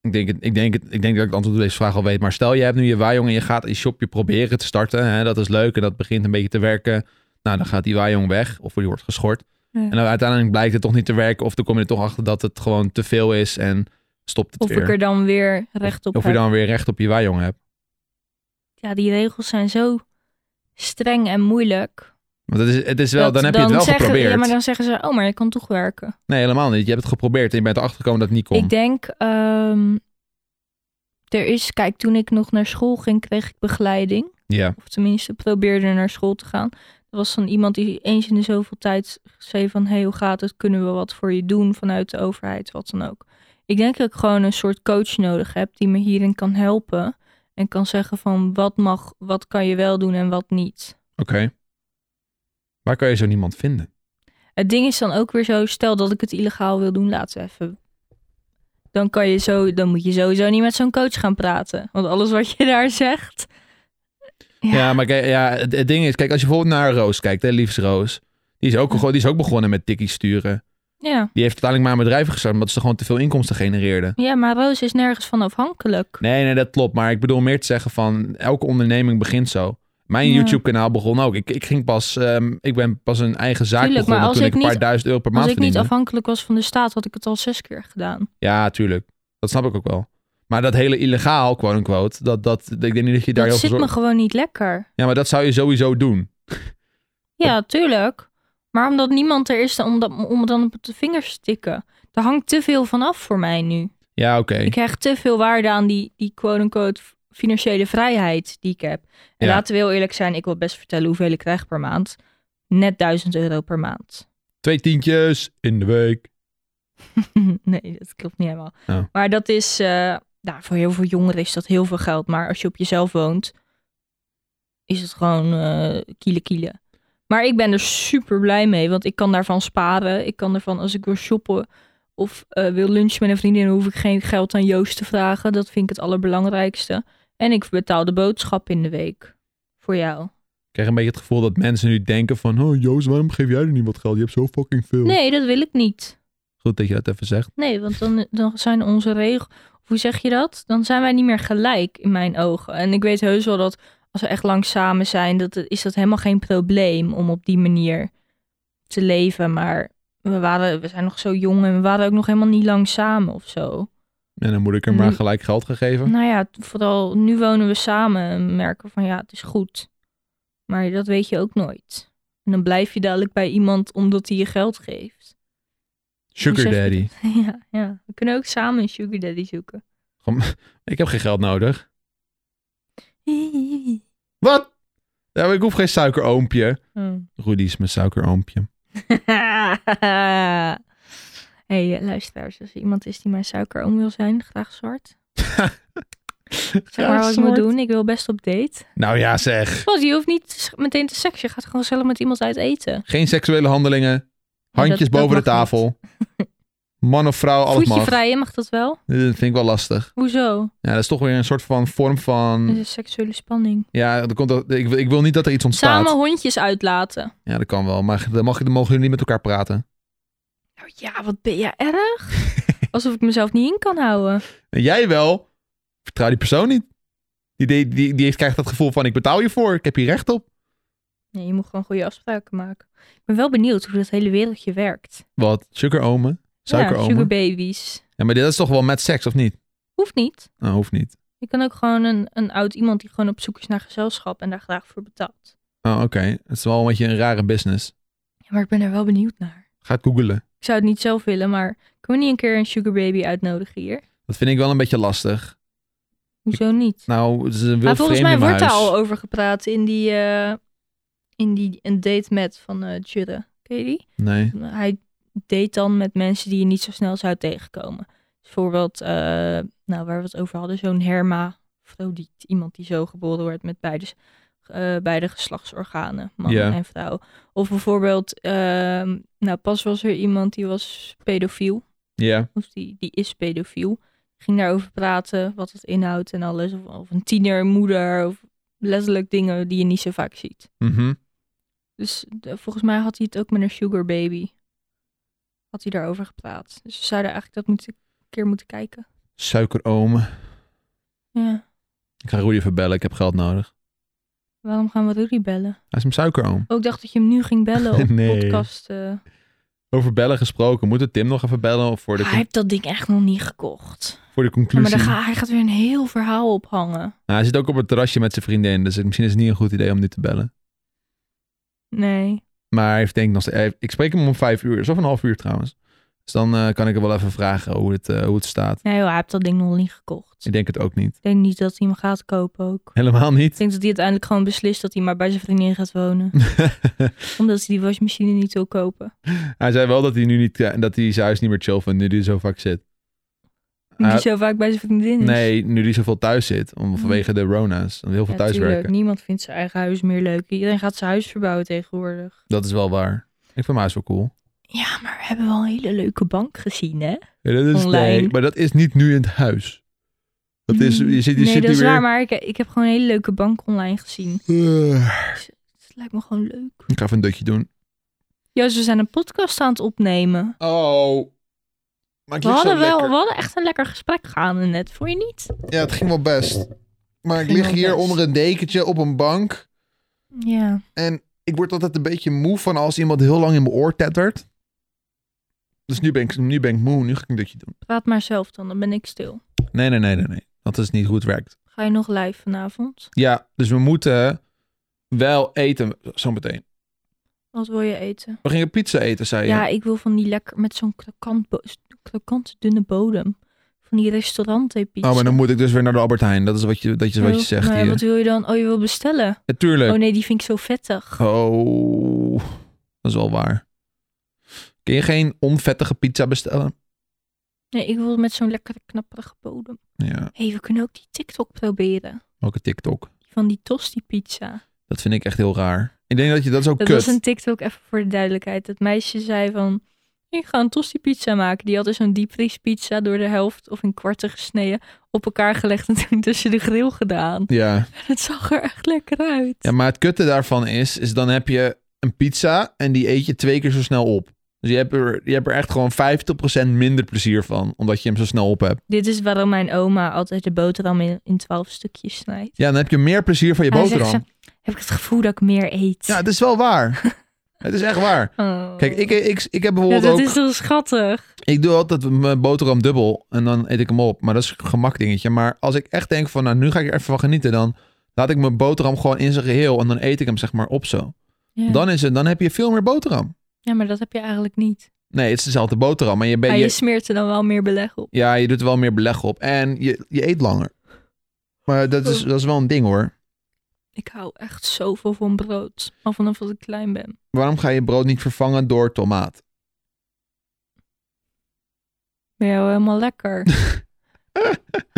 [SPEAKER 1] Ik denk, het, ik, denk het, ik denk dat ik het antwoord op deze vraag al weet. Maar stel, je hebt nu je waaijong en je gaat een shopje proberen te starten. Hè, dat is leuk en dat begint een beetje te werken. Nou, dan gaat die waaijong weg of die wordt geschort.
[SPEAKER 2] Ja.
[SPEAKER 1] En dan uiteindelijk blijkt het toch niet te werken. Of dan kom je er toch achter dat het gewoon te veel is en stopt het
[SPEAKER 2] Of
[SPEAKER 1] weer.
[SPEAKER 2] ik er dan weer recht op
[SPEAKER 1] of je
[SPEAKER 2] heb.
[SPEAKER 1] dan weer recht op je waaijong hebt.
[SPEAKER 2] Ja, die regels zijn zo streng en moeilijk.
[SPEAKER 1] Want het is, het is wel,
[SPEAKER 2] dat
[SPEAKER 1] dan heb je het wel
[SPEAKER 2] zeggen,
[SPEAKER 1] geprobeerd.
[SPEAKER 2] Ja, maar dan zeggen ze, oh, maar je kan toch werken.
[SPEAKER 1] Nee, helemaal niet. Je hebt het geprobeerd en je bent erachter gekomen dat het niet kon.
[SPEAKER 2] Ik denk, ehm, er is, kijk, toen ik nog naar school ging, kreeg ik begeleiding.
[SPEAKER 1] Ja,
[SPEAKER 2] Of tenminste, probeerde naar school te gaan. Er was dan iemand die eens in de zoveel tijd zei van... hey, hoe gaat het? Kunnen we wat voor je doen vanuit de overheid? Wat dan ook. Ik denk dat ik gewoon een soort coach nodig heb... die me hierin kan helpen. En kan zeggen van wat mag, wat kan je wel doen en wat niet.
[SPEAKER 1] oké. Waar kan je zo niemand vinden?
[SPEAKER 2] Het ding is dan ook weer zo... stel dat ik het illegaal wil doen, laten we even... Dan, kan je zo, dan moet je sowieso niet met zo'n coach gaan praten. Want alles wat je daar zegt...
[SPEAKER 1] Ja, maar kijk, ja, het, het ding is, kijk, als je bijvoorbeeld naar Roos kijkt, hè, liefst Roos. Die is ook, gewoon- die is ook begonnen met tikkie sturen.
[SPEAKER 2] Ja.
[SPEAKER 1] Die heeft uiteindelijk maar een bedrijf gestart omdat ze gewoon te veel inkomsten genereerde.
[SPEAKER 2] ja, maar Roos is nergens van afhankelijk.
[SPEAKER 1] Nee, nee, dat klopt. Maar ik bedoel meer te zeggen van, elke onderneming begint zo. Mijn
[SPEAKER 2] Ja.
[SPEAKER 1] YouTube-kanaal begon ook. Ik, ik, ging pas, ehm, ik ben pas een eigen zaak
[SPEAKER 2] Tuurlijk, maar
[SPEAKER 1] begonnen
[SPEAKER 2] als
[SPEAKER 1] toen
[SPEAKER 2] ik
[SPEAKER 1] ik een paar
[SPEAKER 2] niet-
[SPEAKER 1] duizend euro per
[SPEAKER 2] Als
[SPEAKER 1] maand
[SPEAKER 2] ik niet
[SPEAKER 1] verdiende.
[SPEAKER 2] afhankelijk was van de staat, had ik het al zes keer gedaan.
[SPEAKER 1] Ja, tuurlijk. Dat snap ik ook wel. Maar dat hele illegaal, quote-unquote, dat, dat, ik denk niet dat je daar
[SPEAKER 2] dat
[SPEAKER 1] heel
[SPEAKER 2] zit
[SPEAKER 1] veel
[SPEAKER 2] me
[SPEAKER 1] zorg...
[SPEAKER 2] gewoon niet lekker.
[SPEAKER 1] Ja, maar dat zou je sowieso doen.
[SPEAKER 2] Ja, tuurlijk. Maar omdat niemand er is om, dat, om dan op de vingers te tikken. Er hangt te veel van af voor mij nu.
[SPEAKER 1] Ja, oké.
[SPEAKER 2] Ik hecht te veel waarde aan die, die quote-unquote financiële vrijheid die ik heb. En
[SPEAKER 1] Ja.
[SPEAKER 2] laten we heel eerlijk zijn, ik wil best vertellen hoeveel ik krijg per maand. Net 1000 euro per maand.
[SPEAKER 1] Twee tientjes in de week.
[SPEAKER 2] nee, dat klopt niet helemaal.
[SPEAKER 1] Oh.
[SPEAKER 2] Maar dat is, eh, nou, voor heel veel jongeren is dat heel veel geld. Maar als je op jezelf woont, is het gewoon eh kielen kielen. Maar ik ben er super blij mee, want ik kan daarvan sparen. Ik kan ervan, als ik wil shoppen of eh, wil lunchen met een vriendin, hoef ik geen geld aan Joost te vragen. Dat vind ik het allerbelangrijkste. En ik betaal de boodschap in de week voor jou.
[SPEAKER 1] Ik krijg een beetje het gevoel dat mensen nu denken van... Oh Joost, waarom geef jij er niet wat geld? Je hebt zo fucking veel.
[SPEAKER 2] Nee, dat wil ik niet.
[SPEAKER 1] Goed dat je dat even zegt.
[SPEAKER 2] Nee, want dan, dan zijn onze regels. Hoe zeg je dat? Dan zijn wij niet meer gelijk in mijn ogen. En ik weet heus wel dat als we echt lang samen zijn, dat, het- is dat helemaal geen probleem om op die manier te leven. Maar we, waren, we zijn nog zo jong en we waren ook nog helemaal niet lang samen of zo.
[SPEAKER 1] En dan moet ik hem maar
[SPEAKER 2] Nu-
[SPEAKER 1] gelijk geld gegeven.
[SPEAKER 2] Nou ja, t- vooral nu wonen we samen en merken van ja, het is goed. Maar dat weet je ook nooit. En dan blijf je dadelijk bij iemand omdat hij je geld geeft.
[SPEAKER 1] Sugar
[SPEAKER 2] Hoe zeg je
[SPEAKER 1] daddy.
[SPEAKER 2] dat? Ja, ja, we kunnen ook samen een sugar daddy zoeken.
[SPEAKER 1] Ik heb geen geld nodig. Wat? Ja, maar ik hoef geen suikeroompje. Rudy is mijn suikeroompje.
[SPEAKER 2] Hé, hey, luisteraars, als er iemand is die mijn suikeroom wil zijn, graag zwart. Zeg maar
[SPEAKER 1] Ja,
[SPEAKER 2] wat ik moet
[SPEAKER 1] soort.
[SPEAKER 2] doen, ik wil best op date.
[SPEAKER 1] Nou ja zeg.
[SPEAKER 2] Want je hoeft niet s- meteen te seksen, je gaat gewoon zelf met iemand uit eten.
[SPEAKER 1] Geen seksuele handelingen.
[SPEAKER 2] Ja,
[SPEAKER 1] Handjes
[SPEAKER 2] dat- dat
[SPEAKER 1] boven
[SPEAKER 2] mag
[SPEAKER 1] de tafel. Man of vrouw, alles
[SPEAKER 2] Voetje
[SPEAKER 1] mag. Hmm.
[SPEAKER 2] vrij, hè? mag dat wel?
[SPEAKER 1] Dat vind ik wel lastig.
[SPEAKER 2] Hoezo?
[SPEAKER 1] Ja, dat is toch weer een soort van vorm
[SPEAKER 2] Dat
[SPEAKER 1] van...
[SPEAKER 2] is seksuele spanning.
[SPEAKER 1] Ja, dat komt, dat- ik, wil- ik wil niet dat er iets ontstaat.
[SPEAKER 2] Samen hondjes uitlaten.
[SPEAKER 1] Ja, dat kan wel. Maar dan, mag, dan mogen jullie niet met elkaar praten.
[SPEAKER 2] Nou ja, wat ben je erg? Alsof ik mezelf niet in kan houden.
[SPEAKER 1] En jij wel. Vertrouw die persoon niet. Die, die, die, die heeft, krijgt dat gevoel van ik betaal je voor. Ik heb hier recht op.
[SPEAKER 2] Nee, je moet gewoon goede afspraken maken. Ik ben wel benieuwd hoe dat hele wereldje werkt.
[SPEAKER 1] Wat? Sugaromen?
[SPEAKER 2] ja,
[SPEAKER 1] Suikeromen? Ja,
[SPEAKER 2] sugarbabies.
[SPEAKER 1] maar dit is toch wel met seks, of niet?
[SPEAKER 2] Hoeft niet.
[SPEAKER 1] Nou, hoeft niet.
[SPEAKER 2] Je kan ook gewoon een, een oud iemand die gewoon op zoek is naar gezelschap en daar graag voor betaalt.
[SPEAKER 1] Oh, oké. Het is wel een beetje een rare business.
[SPEAKER 2] Ja, maar ik ben er wel benieuwd naar.
[SPEAKER 1] Ga het googelen.
[SPEAKER 2] Ik zou het niet zelf willen, maar kunnen we niet een keer een sugarbaby uitnodigen hier?
[SPEAKER 1] Dat vind ik wel een beetje lastig.
[SPEAKER 2] Hoezo niet?
[SPEAKER 1] Nou, het is een
[SPEAKER 2] Maar
[SPEAKER 1] wild
[SPEAKER 2] volgens
[SPEAKER 1] vreemde
[SPEAKER 2] mij
[SPEAKER 1] in mijn
[SPEAKER 2] wordt daar
[SPEAKER 1] huis.
[SPEAKER 2] al over gepraat in die, eh, in die een date met van eh Judde. Ken je die?
[SPEAKER 1] Nee.
[SPEAKER 2] Hij date dan met mensen die je niet zo snel zou tegenkomen. Dus Bijvoorbeeld, eh, nou waar we het over hadden, zo'n hermafrodiet. Iemand die zo geboren wordt met beide, eh, beide geslachtsorganen, man
[SPEAKER 1] Ja.
[SPEAKER 2] en vrouw. Of bijvoorbeeld, ehm, nou pas was er iemand die was pedofiel
[SPEAKER 1] Ja.
[SPEAKER 2] of die, die is pedofiel. Ging daarover praten, wat het inhoudt en alles. Of, of een tiener, moeder, of letterlijk dingen die je niet zo vaak ziet.
[SPEAKER 1] Mhm.
[SPEAKER 2] Dus de- volgens mij had hij het ook met een sugar baby. Had hij daarover gepraat. Dus we zouden eigenlijk dat moeten, een keer moeten kijken.
[SPEAKER 1] Suikeromen.
[SPEAKER 2] Ja,
[SPEAKER 1] Ik ga Rudy even bellen. Ik heb geld nodig.
[SPEAKER 2] waarom gaan we Rudy bellen?
[SPEAKER 1] Hij is een suikeroom.
[SPEAKER 2] Ook dacht dat je hem nu ging bellen op
[SPEAKER 1] Nee.
[SPEAKER 2] podcast. eh.
[SPEAKER 1] Over bellen gesproken. Moeten Tim nog even bellen? Of voor de,
[SPEAKER 2] Hij heeft dat ding echt nog niet gekocht.
[SPEAKER 1] voor de
[SPEAKER 2] Ja, maar
[SPEAKER 1] conclusie?
[SPEAKER 2] daar ga, hij gaat weer een heel verhaal ophangen.
[SPEAKER 1] Nou, hij zit ook op het terrasje met zijn vriendin. Dus misschien is het niet een goed idee om nu te bellen.
[SPEAKER 2] Nee.
[SPEAKER 1] Maar hij heeft denk ik nog steeds... hij- Ik spreek hem om vijf uur. Is of een half uur trouwens. Dus dan eh, kan ik hem wel even vragen hoe het, eh, hoe het staat.
[SPEAKER 2] Nee, joh, hij heeft dat ding nog niet gekocht.
[SPEAKER 1] Ik denk het ook niet.
[SPEAKER 2] Ik denk niet dat hij hem gaat kopen ook.
[SPEAKER 1] Helemaal
[SPEAKER 2] Ik
[SPEAKER 1] niet.
[SPEAKER 2] denk dat hij uiteindelijk gewoon beslist dat hij maar bij zijn vriendin gaat wonen. Omdat hij die wasmachine niet wil kopen.
[SPEAKER 1] hij zei wel dat hij nu niet... eh, Dat hij zijn huis niet meer chill vindt nu hij zo vaak zit.
[SPEAKER 2] Nu
[SPEAKER 1] Eh,
[SPEAKER 2] die zo vaak bij zijn vriendin is. Mm.
[SPEAKER 1] Nee, nu die zoveel thuis zit. Om, vanwege de Rona's. Om heel veel
[SPEAKER 2] Ja,
[SPEAKER 1] thuiswerken.
[SPEAKER 2] tuurlijk. Niemand vindt zijn eigen huis meer leuk. Iedereen gaat zijn huis verbouwen tegenwoordig.
[SPEAKER 1] Dat is wel waar. Ik vind mijn huis wel cool.
[SPEAKER 2] Ja, maar we hebben wel een hele leuke bank gezien, hè?
[SPEAKER 1] Ja, dat is,
[SPEAKER 2] Online. Mm.
[SPEAKER 1] nee, maar dat is niet nu in het huis. Dat is, je zit, je
[SPEAKER 2] nee,
[SPEAKER 1] zit
[SPEAKER 2] dat
[SPEAKER 1] hier
[SPEAKER 2] is
[SPEAKER 1] weer...
[SPEAKER 2] waar, maar ik, ik heb gewoon een hele leuke bank online gezien.
[SPEAKER 1] Eh,
[SPEAKER 2] Het lijkt me gewoon leuk.
[SPEAKER 1] ik ga even een dutje doen.
[SPEAKER 2] Joost, we zijn een podcast aan het opnemen.
[SPEAKER 1] Oh. Maar ik
[SPEAKER 2] We
[SPEAKER 1] lieg zo
[SPEAKER 2] hadden, wel,
[SPEAKER 1] lekker.
[SPEAKER 2] we hadden echt een lekker gesprek gaande net, vond je niet?
[SPEAKER 1] Ja, het ging wel best. Maar ik
[SPEAKER 2] Ging
[SPEAKER 1] lig
[SPEAKER 2] wel
[SPEAKER 1] hier
[SPEAKER 2] best.
[SPEAKER 1] onder een dekentje op een bank.
[SPEAKER 2] Ja.
[SPEAKER 1] En ik word altijd een beetje moe van als iemand heel lang in mijn oor tettert. Dus nu ben ik, nu ben ik moe. Nu ga ik een dutje doen.
[SPEAKER 2] Praat maar zelf dan, dan ben ik stil.
[SPEAKER 1] Nee, nee, nee, nee, nee. Dat is niet hoe het werkt.
[SPEAKER 2] Ga je nog live vanavond?
[SPEAKER 1] Ja, dus we moeten wel eten zometeen.
[SPEAKER 2] Wat wil je eten?
[SPEAKER 1] We gingen pizza eten, zei je.
[SPEAKER 2] Ja, ik wil van die lekker met zo'n krokant, bo- krokant dunne bodem. Van die restaurant pizza.
[SPEAKER 1] Oh, maar dan moet ik dus weer naar de Albert Heijn. Dat is wat je, dat is wat je zegt
[SPEAKER 2] Oh, maar
[SPEAKER 1] hier.
[SPEAKER 2] Wat wil je dan? Oh, je wil bestellen?
[SPEAKER 1] Natuurlijk.
[SPEAKER 2] Oh nee, die vind ik zo vettig.
[SPEAKER 1] Oh, dat is wel waar. Kun je geen onvettige pizza bestellen?
[SPEAKER 2] Nee, ik wil met zo'n lekkere knapperige bodem.
[SPEAKER 1] Ja,
[SPEAKER 2] Hé, hey, we kunnen ook die TikTok proberen.
[SPEAKER 1] ook een TikTok.
[SPEAKER 2] Die Van die tosti pizza.
[SPEAKER 1] Dat vind ik echt heel raar. Ik denk dat je dat is ook
[SPEAKER 2] Dat
[SPEAKER 1] kut.
[SPEAKER 2] was een TikTok, even voor de duidelijkheid. Dat meisje zei van... Ik ga een tosti pizza maken. Die had dus zo'n diepvriespizza door de helft of in kwarten gesneden. Op elkaar gelegd en toen tussen de grill gedaan.
[SPEAKER 1] Ja.
[SPEAKER 2] Het zag er echt lekker uit.
[SPEAKER 1] ja, maar het kutte daarvan is, is dan heb je een pizza en die eet je twee keer zo snel op. Dus je hebt er, je hebt er echt gewoon 50% minder plezier van, omdat je hem zo snel op hebt.
[SPEAKER 2] Dit is waarom mijn oma altijd de boterham in, in twaalf stukjes snijdt.
[SPEAKER 1] Ja, dan heb je meer plezier van je
[SPEAKER 2] Hij zegt
[SPEAKER 1] boterham.
[SPEAKER 2] zo, heb ik het gevoel dat ik meer eet.
[SPEAKER 1] Ja, het is wel waar. het is echt waar.
[SPEAKER 2] Oh.
[SPEAKER 1] Kijk, ik, ik, ik heb
[SPEAKER 2] Ja,
[SPEAKER 1] bijvoorbeeld
[SPEAKER 2] dat
[SPEAKER 1] ook...
[SPEAKER 2] is zo schattig.
[SPEAKER 1] Ik doe altijd mijn boterham dubbel en dan eet ik hem op. Maar dat is een gemakdingetje. Maar als ik echt denk van, nou, nu ga ik er even van genieten, dan laat ik mijn boterham gewoon in zijn geheel en dan eet ik hem zeg maar op zo.
[SPEAKER 2] Ja.
[SPEAKER 1] Dan, is het, dan heb je veel meer boterham.
[SPEAKER 2] ja, maar dat heb je eigenlijk niet.
[SPEAKER 1] Nee, het is dezelfde boterham, maar je, ben,
[SPEAKER 2] maar je
[SPEAKER 1] je,
[SPEAKER 2] smeert er dan wel meer beleg op.
[SPEAKER 1] ja, je doet er wel meer beleg op en je, je eet langer. Maar dat is, dat is wel een ding hoor.
[SPEAKER 2] Ik hou echt zoveel van brood. Al vanaf dat ik klein ben.
[SPEAKER 1] Waarom ga je brood niet vervangen door tomaat?
[SPEAKER 2] Ben jou helemaal lekker.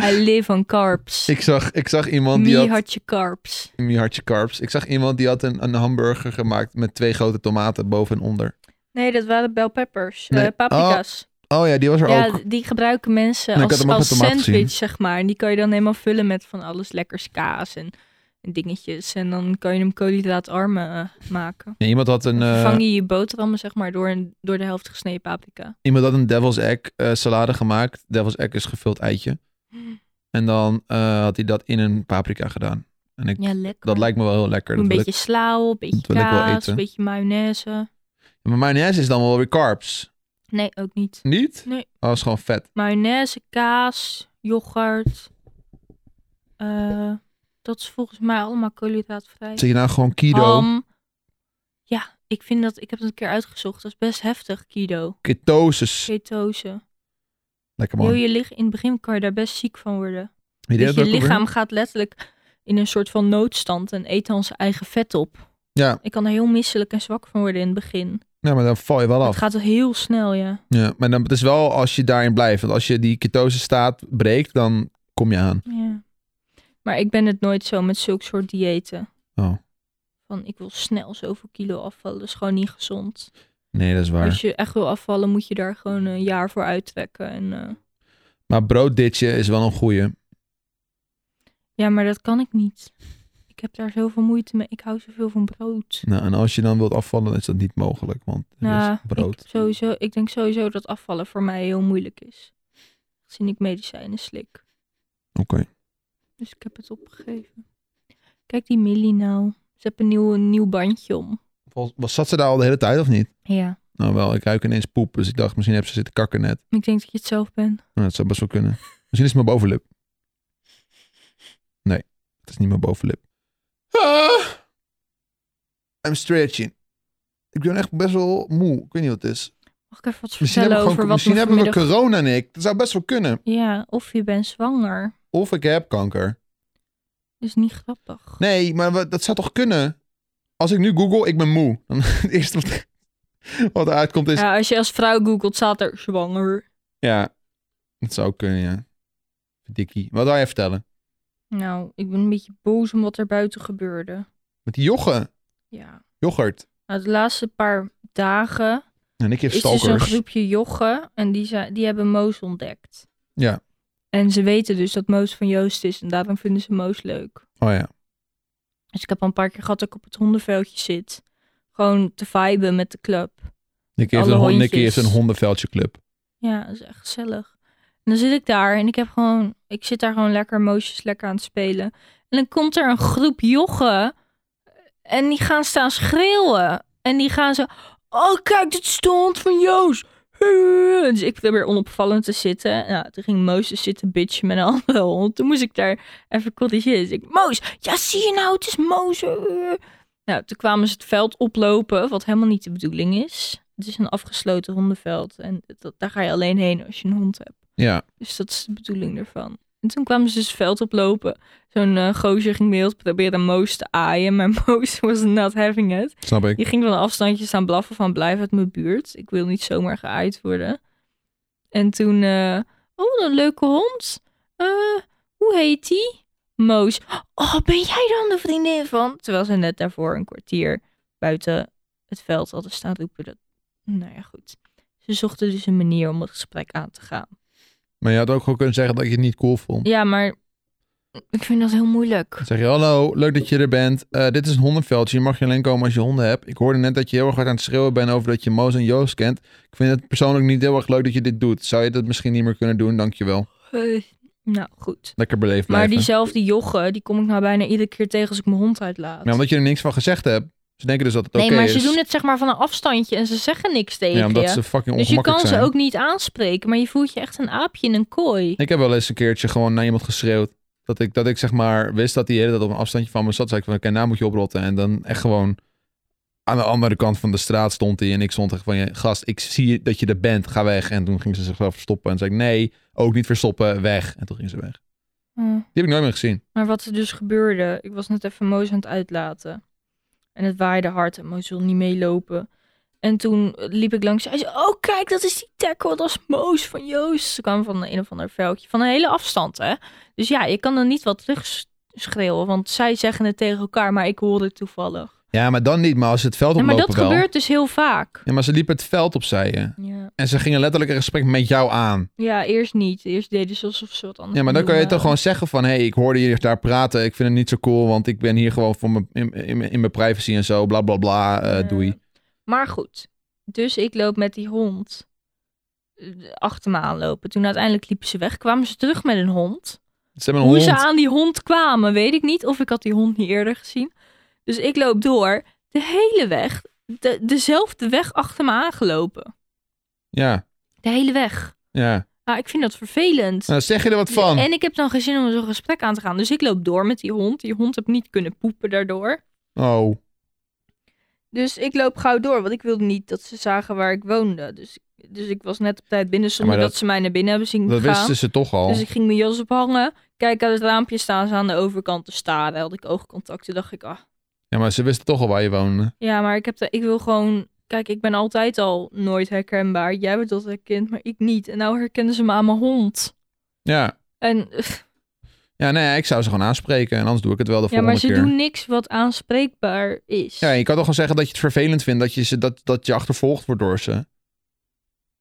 [SPEAKER 2] I live on carbs.
[SPEAKER 1] Ik zag, ik zag iemand die
[SPEAKER 2] Me
[SPEAKER 1] had...
[SPEAKER 2] had je carbs.
[SPEAKER 1] Mie hartje carbs. Ik zag iemand die had een, een hamburger gemaakt met twee grote tomaten boven en onder.
[SPEAKER 2] Nee, dat waren bell peppers.
[SPEAKER 1] Nee.
[SPEAKER 2] Eh, paprika's.
[SPEAKER 1] Oh ja, die was er
[SPEAKER 2] Ja,
[SPEAKER 1] ook.
[SPEAKER 2] die gebruiken mensen
[SPEAKER 1] Ja, ik had
[SPEAKER 2] als,
[SPEAKER 1] hem ook
[SPEAKER 2] als
[SPEAKER 1] met tomaten
[SPEAKER 2] sandwich,
[SPEAKER 1] gezien.
[SPEAKER 2] zeg maar. En die kan je dan helemaal vullen met van alles lekkers kaas en, en dingetjes. En dan kan je hem koolhydraatarm eh, maken.
[SPEAKER 1] Ja, iemand had een,
[SPEAKER 2] Dan
[SPEAKER 1] eh,
[SPEAKER 2] vervang je je boterhammen, zeg maar, door, een, door de helft gesneden paprika.
[SPEAKER 1] iemand had een devil's egg eh, salade gemaakt. Devil's egg is gevuld eitje. En dan eh, had hij dat in een paprika gedaan. En ik,
[SPEAKER 2] Ja, lekker.
[SPEAKER 1] dat lijkt me wel heel lekker.
[SPEAKER 2] een
[SPEAKER 1] Dat wil
[SPEAKER 2] beetje sla op, een
[SPEAKER 1] dat wil
[SPEAKER 2] beetje
[SPEAKER 1] ik wel
[SPEAKER 2] kaas,
[SPEAKER 1] eten.
[SPEAKER 2] een beetje mayonaise.
[SPEAKER 1] ik- Maar mayonaise is dan wel weer carbs.
[SPEAKER 2] Nee, ook niet.
[SPEAKER 1] Niet?
[SPEAKER 2] Nee.
[SPEAKER 1] Oh, dat is gewoon vet.
[SPEAKER 2] Mayonaise, kaas, yoghurt. Eh, dat is volgens mij allemaal koolhydraatvrij.
[SPEAKER 1] Zit je nou gewoon keto?
[SPEAKER 2] Ham. Ja, ik vind dat, ik heb het een keer uitgezocht, dat is best heftig, keto.
[SPEAKER 1] Ketosis.
[SPEAKER 2] Ketose.
[SPEAKER 1] Lekker
[SPEAKER 2] Heel
[SPEAKER 1] man.
[SPEAKER 2] je lich, in het begin kan je daar best ziek van worden.
[SPEAKER 1] Weet
[SPEAKER 2] Dus
[SPEAKER 1] dat
[SPEAKER 2] je
[SPEAKER 1] ook alweer?
[SPEAKER 2] lichaam gaat letterlijk in een soort van noodstand en eet dan zijn eigen vet op.
[SPEAKER 1] Ja.
[SPEAKER 2] Ik kan er heel misselijk en zwak van worden in het begin.
[SPEAKER 1] Ja, maar dan val je wel
[SPEAKER 2] Het
[SPEAKER 1] af.
[SPEAKER 2] gaat heel snel, ja.
[SPEAKER 1] Ja, maar dan, het is wel als je daarin blijft. Want als je die ketose staat breekt, dan kom je aan.
[SPEAKER 2] ja. Maar ik ben het nooit zo met zulk soort diëten.
[SPEAKER 1] Oh.
[SPEAKER 2] Van ik wil snel zoveel kilo afvallen, dat is gewoon niet gezond.
[SPEAKER 1] Nee, dat is waar.
[SPEAKER 2] Als Dus je echt wil afvallen, moet je daar gewoon een jaar voor uittrekken. En, eh,
[SPEAKER 1] Maar broodditje is wel een goeie.
[SPEAKER 2] Ja, maar dat kan ik niet. Ik heb daar zoveel moeite mee. Ik hou zoveel van brood.
[SPEAKER 1] Nou, en als je dan wilt afvallen, dan is dat niet mogelijk. Want er
[SPEAKER 2] Nou,
[SPEAKER 1] is Dus brood.
[SPEAKER 2] Ik, sowieso, ik denk sowieso dat afvallen voor mij heel moeilijk is. Gezien ik medicijnen slik.
[SPEAKER 1] Oké.
[SPEAKER 2] Dus ik heb het opgegeven. Kijk die Millie nou. Ze heeft een nieuw, een nieuw bandje om.
[SPEAKER 1] Volgens- Was, zat ze daar al de hele tijd of niet?
[SPEAKER 2] Ja.
[SPEAKER 1] Nou wel, ik ruik ineens poep. Dus ik dacht, misschien heb ze zitten kakken net.
[SPEAKER 2] Ik denk dat je het zelf bent.
[SPEAKER 1] Nou, dat zou best wel kunnen. Misschien is het mijn bovenlip. Nee, het is niet mijn bovenlip. Ah, I'm stretching. Ik ben echt best wel moe. Ik weet niet wat het is.
[SPEAKER 2] Mag ik even wat
[SPEAKER 1] Misschien
[SPEAKER 2] vertellen
[SPEAKER 1] hebben we,
[SPEAKER 2] over
[SPEAKER 1] gewoon,
[SPEAKER 2] wat
[SPEAKER 1] misschien
[SPEAKER 2] me
[SPEAKER 1] hebben we
[SPEAKER 2] vanmiddag...
[SPEAKER 1] corona, Nick. Dat zou best wel kunnen.
[SPEAKER 2] Ja, of je bent zwanger.
[SPEAKER 1] Of ik heb kanker.
[SPEAKER 2] Dat is niet grappig.
[SPEAKER 1] Nee, maar we- dat zou toch kunnen? Als ik nu google, ik ben moe. Dan het eerste wat, wat eruit komt is... Ja.
[SPEAKER 2] Ja, als je als vrouw googelt, staat er zwanger.
[SPEAKER 1] dat zou kunnen, ja. Dikkie. Wat wil jij vertellen?
[SPEAKER 2] Nou, ik ben een beetje boos om wat er buiten gebeurde.
[SPEAKER 1] Met die joggen.
[SPEAKER 2] Ja.
[SPEAKER 1] Yoghurt.
[SPEAKER 2] Nou, de laatste paar dagen
[SPEAKER 1] En ik heb
[SPEAKER 2] is dus een
[SPEAKER 1] stalkers.
[SPEAKER 2] groepje joggen en die, zijn, die hebben Moos ontdekt.
[SPEAKER 1] Ja.
[SPEAKER 2] En ze weten dus dat Moos van Joost is en daarom vinden ze Moos leuk.
[SPEAKER 1] Oh ja.
[SPEAKER 2] Dus ik heb al een paar keer gehad dat ik op het hondenveldje zit. Gewoon te viben met de club.
[SPEAKER 1] Nicky heeft,
[SPEAKER 2] Alle
[SPEAKER 1] een, hond-
[SPEAKER 2] hondjes.
[SPEAKER 1] Nicky heeft een hondenveldje club.
[SPEAKER 2] Ja, dat is echt gezellig. En dan zit ik daar en ik heb gewoon, ik zit daar gewoon lekker moosjes lekker aan het spelen. En dan komt er een groep joggen en die gaan staan schreeuwen. En die gaan zo, oh kijk, dit stond van Joost. Dus ik probeer onopvallend te zitten. Nou, toen ging Moos dus zitten bitchen met een andere hond. Toen moest ik daar even corrigeren. Dus ik, Moos, ja zie je nou, het is Moos. Nou, toen kwamen ze het veld oplopen, wat helemaal niet de bedoeling is. Het is een afgesloten hondenveld en dat, daar ga je alleen heen als je een hond hebt.
[SPEAKER 1] Ja.
[SPEAKER 2] Dus dat is de bedoeling ervan. En toen kwamen ze dus het veld oplopen. Zo'n eh gozer ging de hele tijd proberen Moos te aaien, maar Moos was not having it.
[SPEAKER 1] Snap ik.
[SPEAKER 2] Die ging van een afstandje staan blaffen van blijf uit mijn buurt. Ik wil niet zomaar geaaid worden. En toen, eh, oh wat een leuke hond. Eh, hoe heet die? Moos. Oh, ben jij dan de vriendin van? Terwijl ze net daarvoor een kwartier buiten het veld hadden staan roepen. Dat... Nou ja, goed. Ze zochten dus een manier om het gesprek aan te gaan.
[SPEAKER 1] Maar je had ook gewoon kunnen zeggen dat je het niet cool vond.
[SPEAKER 2] Ja, maar ik vind dat heel moeilijk.
[SPEAKER 1] Dan zeg je, hallo, leuk dat je er bent. Eh, dit is een hondenveldje. Je mag je alleen komen als je honden hebt. Ik hoorde net dat je heel erg hard aan het schreeuwen bent over dat je Moos en Joost kent. Ik vind het persoonlijk niet heel erg leuk dat je dit doet. Zou je dat misschien niet meer kunnen doen? Dankjewel.
[SPEAKER 2] Eh, nou, goed.
[SPEAKER 1] Lekker beleefd
[SPEAKER 2] Maar
[SPEAKER 1] blijven.
[SPEAKER 2] diezelfde jochen, die kom ik nou bijna iedere keer tegen als ik mijn hond uitlaat.
[SPEAKER 1] Ja, omdat je er niks van gezegd hebt. Ze denken dus dat het oké
[SPEAKER 2] nee,
[SPEAKER 1] is.
[SPEAKER 2] maar ze doen het zeg maar van een afstandje en ze zeggen niks tegen
[SPEAKER 1] Ja, omdat
[SPEAKER 2] je.
[SPEAKER 1] ze fucking
[SPEAKER 2] dus je
[SPEAKER 1] ongemakkelijk
[SPEAKER 2] kan
[SPEAKER 1] zijn.
[SPEAKER 2] ze ook niet aanspreken, maar je voelt je echt een aapje in een kooi.
[SPEAKER 1] Ik heb wel eens een keertje gewoon naar iemand geschreeuwd. Dat ik, dat ik zeg maar wist dat die hele tijd op een afstandje van me zat. Zei ik van, oké, nou moet je oprotten. En dan echt gewoon aan de andere kant van de straat stond hij. En ik stond echt van, ja, gast, ik zie dat je er bent. Ga weg. En toen ging ze zichzelf verstoppen. En zei ik, nee, ook niet verstoppen. Weg. En toen ging ze weg.
[SPEAKER 2] Hm.
[SPEAKER 1] Die heb ik nooit meer gezien.
[SPEAKER 2] Maar wat er dus gebeurde, ik was net even Moos aan het uitlaten. En het waaide hard en Moos wil niet meelopen. En toen liep ik langs. Hij zei, oh kijk, dat is die tackle, dat is Moos van Joost. Ze kwam van een of ander veldje, van een hele afstand hè. Dus ja, je kan dan niet wat terugschreeuwen, want zij zeggen het tegen elkaar, maar ik hoorde het toevallig.
[SPEAKER 1] Ja, maar dan niet. Maar als ze het veld
[SPEAKER 2] Ja,
[SPEAKER 1] oplopen
[SPEAKER 2] maar dat
[SPEAKER 1] wel.
[SPEAKER 2] gebeurt dus heel vaak.
[SPEAKER 1] Ja, maar ze liepen het veld op, zei je.
[SPEAKER 2] Ja.
[SPEAKER 1] En ze gingen letterlijk een gesprek met jou aan.
[SPEAKER 2] ja, eerst niet. Eerst deden ze alsof ze wat anders
[SPEAKER 1] Ja, maar dan kan je
[SPEAKER 2] wilden.
[SPEAKER 1] toch gewoon zeggen van... hé, hey, ik hoorde jullie daar praten. Ik vind het niet zo cool, want ik ben hier gewoon voor mijn, in, in, in mijn privacy en zo. Bla, bla, bla. eh,
[SPEAKER 2] Ja.
[SPEAKER 1] doei.
[SPEAKER 2] Maar goed, dus ik loop met die hond eh, achter me aanlopen. Toen uiteindelijk liepen ze weg, kwamen ze terug met een hond.
[SPEAKER 1] Ze hebben een
[SPEAKER 2] Hoe
[SPEAKER 1] hond.
[SPEAKER 2] ze aan die hond kwamen, weet ik niet. Of ik had die hond niet eerder gezien. Dus ik loop door, de hele weg, de, dezelfde weg achter me aangelopen.
[SPEAKER 1] Ja,
[SPEAKER 2] De hele weg.
[SPEAKER 1] ja.
[SPEAKER 2] Nou, ik vind dat vervelend.
[SPEAKER 1] Nou, zeg je er wat van?
[SPEAKER 2] En ik heb dan geen zin om zo'n gesprek aan te gaan. Dus ik loop door met die hond. Die hond heb niet kunnen poepen daardoor.
[SPEAKER 1] Oh,
[SPEAKER 2] Dus ik loop gauw door, want ik wilde niet dat ze zagen waar ik woonde. Dus, dus ik was net op tijd binnen zonder
[SPEAKER 1] Ja, maar
[SPEAKER 2] dat,
[SPEAKER 1] dat-
[SPEAKER 2] ze mij naar binnen hebben zien
[SPEAKER 1] dat
[SPEAKER 2] gaan.
[SPEAKER 1] wisten ze toch al.
[SPEAKER 2] Dus ik ging mijn jas ophangen. Kijk uit het raampje staan ze aan de overkant te staren. Had ik oogcontact. Toen dacht ik, ah,
[SPEAKER 1] Ja, maar ze wisten toch al waar je woonde.
[SPEAKER 2] ja, maar ik, heb de, ik wil gewoon... Kijk, ik ben altijd al nooit herkenbaar. Jij bent altijd herkend, maar ik niet. En nou herkennen ze me aan mijn hond.
[SPEAKER 1] Ja.
[SPEAKER 2] En,
[SPEAKER 1] Ja, nee, ik zou ze gewoon aanspreken. En anders doe ik het wel de
[SPEAKER 2] ja,
[SPEAKER 1] volgende
[SPEAKER 2] maar ze
[SPEAKER 1] keer.
[SPEAKER 2] doen niks wat aanspreekbaar is.
[SPEAKER 1] Ja, je kan toch gewoon zeggen dat je het vervelend vindt dat je, ze, dat, dat je achtervolgd wordt door ze.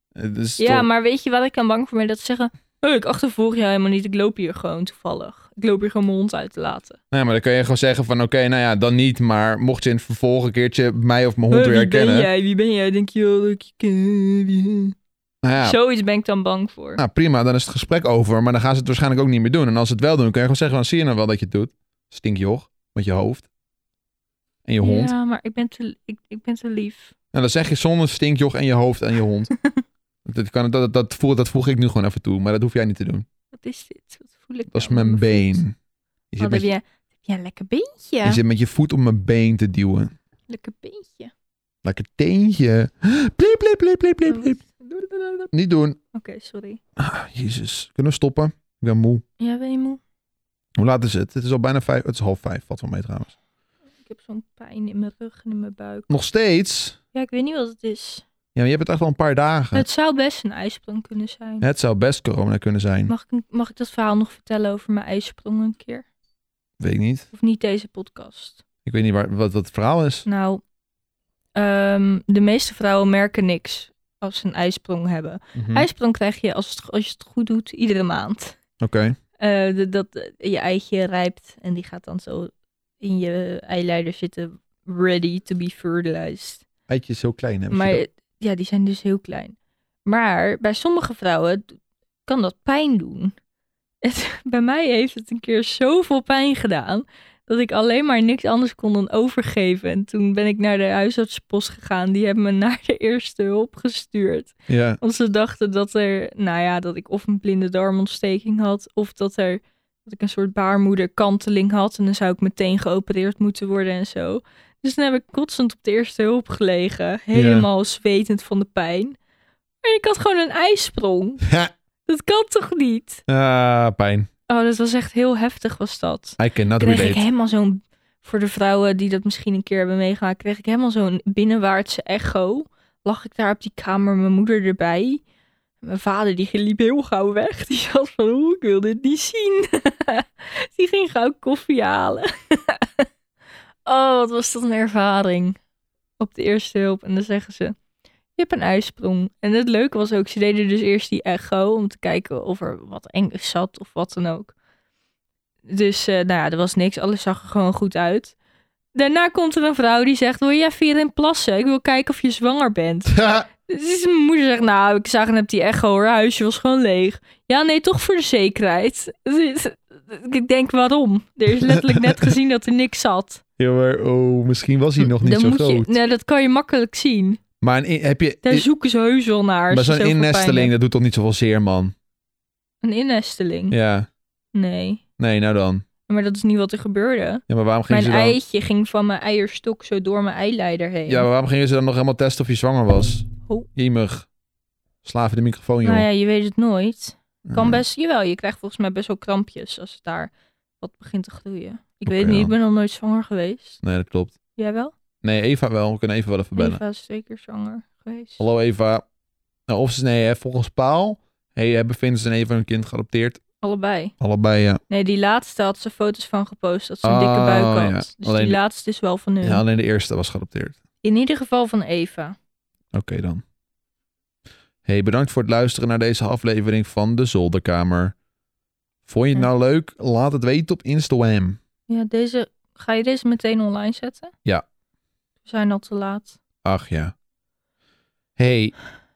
[SPEAKER 1] Eh, Dus
[SPEAKER 2] Ja,
[SPEAKER 1] toch-
[SPEAKER 2] maar weet je wat ik aan bang voor ben? Dat ze zeggen, oh, ik achtervolg jou helemaal niet. Ik loop hier gewoon toevallig. Ik loop hier gewoon mijn hond uit te laten.
[SPEAKER 1] Nou ja, maar dan kun je gewoon zeggen van oké, nou ja, dan niet. Maar mocht je in het vervolg een keertje mij of mijn hond
[SPEAKER 2] Eh,
[SPEAKER 1] weer
[SPEAKER 2] wie ben
[SPEAKER 1] herkennen.
[SPEAKER 2] jij? Wie ben jij? Denk je, oh, dat ik je ken? Wie-
[SPEAKER 1] Nou ja,
[SPEAKER 2] Zoiets ben ik dan bang voor.
[SPEAKER 1] nou prima, dan is het gesprek over. Maar dan gaan ze het waarschijnlijk ook niet meer doen. En als ze het wel doen, kun je gewoon zeggen van zie je nou wel dat je het doet. Stinkjoch, met je hoofd. En je hond.
[SPEAKER 2] Ja, maar ik ben te, ik, ik ben te lief.
[SPEAKER 1] Nou, dan zeg je zonder stinkjoch en je hoofd en je hond. dat, kan, dat, dat, dat, voel, dat voeg ik nu gewoon even toe, maar dat hoef jij niet te doen.
[SPEAKER 2] Wat is dit? Wat voel ik
[SPEAKER 1] Dat is
[SPEAKER 2] nou op
[SPEAKER 1] mijn been. Je
[SPEAKER 2] voet? Wat
[SPEAKER 1] zit,
[SPEAKER 2] heb
[SPEAKER 1] met je,
[SPEAKER 2] je, heb jij een lekker
[SPEAKER 1] je
[SPEAKER 2] beentje?
[SPEAKER 1] zit met je voet op mijn been te duwen.
[SPEAKER 2] Lekker beentje.
[SPEAKER 1] Lekker teentje. Bliep, bliep, bliep, bliep, bliep, bliep.
[SPEAKER 2] Oké,
[SPEAKER 1] Niet doen.
[SPEAKER 2] sorry.
[SPEAKER 1] Ah, Jezus. Kunnen we stoppen? Ik ben moe.
[SPEAKER 2] Ja, ben je moe?
[SPEAKER 1] Hoe laat is het? Het is al bijna vijf. Het is half vijf. Wat wel mee trouwens.
[SPEAKER 2] Ik heb zo'n pijn in mijn rug en in mijn buik.
[SPEAKER 1] Nog steeds?
[SPEAKER 2] Ja, ik weet niet wat het is.
[SPEAKER 1] Ja, maar je hebt het echt al een paar dagen. Het,
[SPEAKER 2] Het zou best een ijsprong kunnen zijn.
[SPEAKER 1] zou best corona kunnen zijn.
[SPEAKER 2] Mag ik, mag ik dat verhaal nog vertellen over mijn ijsprong een keer?
[SPEAKER 1] Weet ik niet.
[SPEAKER 2] Of niet deze podcast?
[SPEAKER 1] Ik weet niet waar, wat, wat het verhaal is.
[SPEAKER 2] Nou, ehm, de meeste vrouwen merken niks als ze een ijsprong hebben.
[SPEAKER 1] Mhm.
[SPEAKER 2] Ijsprong krijg je als, het, als je het goed doet iedere maand.
[SPEAKER 1] Oké.
[SPEAKER 2] Eh, de- dat eh, je eitje rijpt en die gaat dan zo in je eileider zitten, ready to be fertilized.
[SPEAKER 1] Eitjes heel klein hebben ze
[SPEAKER 2] Maar
[SPEAKER 1] dat.
[SPEAKER 2] ja, die zijn dus heel klein. Maar bij sommige vrouwen d- kan dat pijn doen. Het- bij mij heeft het een keer zoveel pijn gedaan dat ik alleen maar niks anders kon dan overgeven. En toen ben ik naar de huisartsenpost gegaan. Die hebben me naar de eerste hulp gestuurd.
[SPEAKER 1] Ja.
[SPEAKER 2] Want ze dachten dat er, nou ja, dat ik of een blinde darmontsteking had of dat er dat ik een soort baarmoederkanteling had en dan zou ik meteen geopereerd moeten worden en zo. Dus dan heb ik kotsend op de eerste hulp gelegen, helemaal zwetend van de pijn. Maar ik had gewoon een ijsprong.
[SPEAKER 1] Ha.
[SPEAKER 2] Dat kan toch niet?
[SPEAKER 1] Ah, pijn.
[SPEAKER 2] Oh, dat was echt heel heftig was dat.
[SPEAKER 1] I cannot
[SPEAKER 2] Kreeg ik
[SPEAKER 1] relate.
[SPEAKER 2] helemaal zo'n voor de vrouwen die dat misschien een keer hebben meegemaakt, kreeg ik helemaal zo'n binnenwaartse echo. Lag ik daar op die kamer, mijn moeder erbij. Mijn vader die liep heel gauw weg. Die zat van, oeh, ik wil dit niet zien. die ging gauw koffie halen. oh, wat was dat een ervaring. Op de eerste hulp. En dan zeggen ze, je hebt een ijsprong. En het leuke was ook, ze deden dus eerst die echo om te kijken of er wat eng zat of wat dan ook. Dus eh, nou ja, er was niks. Alles zag er gewoon goed uit. Daarna komt er een vrouw die zegt, wil je even hierin plassen? Ik wil kijken of je zwanger bent.
[SPEAKER 1] Ha.
[SPEAKER 2] Dus mijn moeder zegt, nou, ik zag net die echo, haar huisje was gewoon leeg. Ja, nee, toch voor de zekerheid. Dus Ik denk, waarom? Er is letterlijk net gezien dat er niks zat.
[SPEAKER 1] Ja, maar, oh, misschien was hij nog niet
[SPEAKER 2] Mm, Dan
[SPEAKER 1] zo
[SPEAKER 2] moet je-
[SPEAKER 1] groot.
[SPEAKER 2] nee, dat kan je makkelijk zien.
[SPEAKER 1] Maar een in- heb je...
[SPEAKER 2] Daar zoeken ze heus wel naar. als
[SPEAKER 1] maar
[SPEAKER 2] ze
[SPEAKER 1] zo'n
[SPEAKER 2] zoveel pijn Mm.
[SPEAKER 1] innesteling,
[SPEAKER 2] hebben.
[SPEAKER 1] dat doet toch niet zoveel zeer, man?
[SPEAKER 2] Een innesteling?
[SPEAKER 1] Ja.
[SPEAKER 2] Nee.
[SPEAKER 1] Nee, nou dan.
[SPEAKER 2] Maar dat is niet wat er gebeurde.
[SPEAKER 1] Ja, maar waarom gingen
[SPEAKER 2] mijn
[SPEAKER 1] ze dan...
[SPEAKER 2] eitje ging van mijn eierstok zo door mijn eileider heen.
[SPEAKER 1] Ja, maar waarom gingen ze dan nog helemaal testen of je zwanger was?
[SPEAKER 2] Oh.
[SPEAKER 1] Jemig. Slaven de microfoon, joh.
[SPEAKER 2] nou ja, je weet het nooit. Kan
[SPEAKER 1] Ja.
[SPEAKER 2] best, jawel, je krijgt volgens mij best wel krampjes als het daar wat begint te groeien. Ik
[SPEAKER 1] Oké,
[SPEAKER 2] weet niet,
[SPEAKER 1] ja.
[SPEAKER 2] ik ben nog nooit zwanger geweest.
[SPEAKER 1] Nee, dat klopt.
[SPEAKER 2] Jij wel?
[SPEAKER 1] Nee, Eva wel. We kunnen Eva wel even bellen.
[SPEAKER 2] Eva is twee keer zwanger geweest.
[SPEAKER 1] Hallo Eva. Nou, of ze nee, hè, volgens Paal hey, hebben Vincent en Eva hun kind geadopteerd.
[SPEAKER 2] Allebei.
[SPEAKER 1] Allebei, ja.
[SPEAKER 2] Nee, die laatste had ze foto's van gepost dat ze een
[SPEAKER 1] Oh,
[SPEAKER 2] dikke buik had.
[SPEAKER 1] ja.
[SPEAKER 2] Dus
[SPEAKER 1] Alleen
[SPEAKER 2] die
[SPEAKER 1] de-
[SPEAKER 2] laatste is wel van hun.
[SPEAKER 1] Ja, alleen de eerste was geadopteerd.
[SPEAKER 2] In ieder geval van Eva.
[SPEAKER 1] Oké dan. Hey, bedankt voor het luisteren naar deze aflevering van De Zolderkamer. Vond je het
[SPEAKER 2] Ja.
[SPEAKER 1] nou leuk? Laat het weten op Instagram.
[SPEAKER 2] Ja, deze... Ga je deze meteen online zetten?
[SPEAKER 1] Ja.
[SPEAKER 2] We zijn al te laat.
[SPEAKER 1] Ach ja. Hey,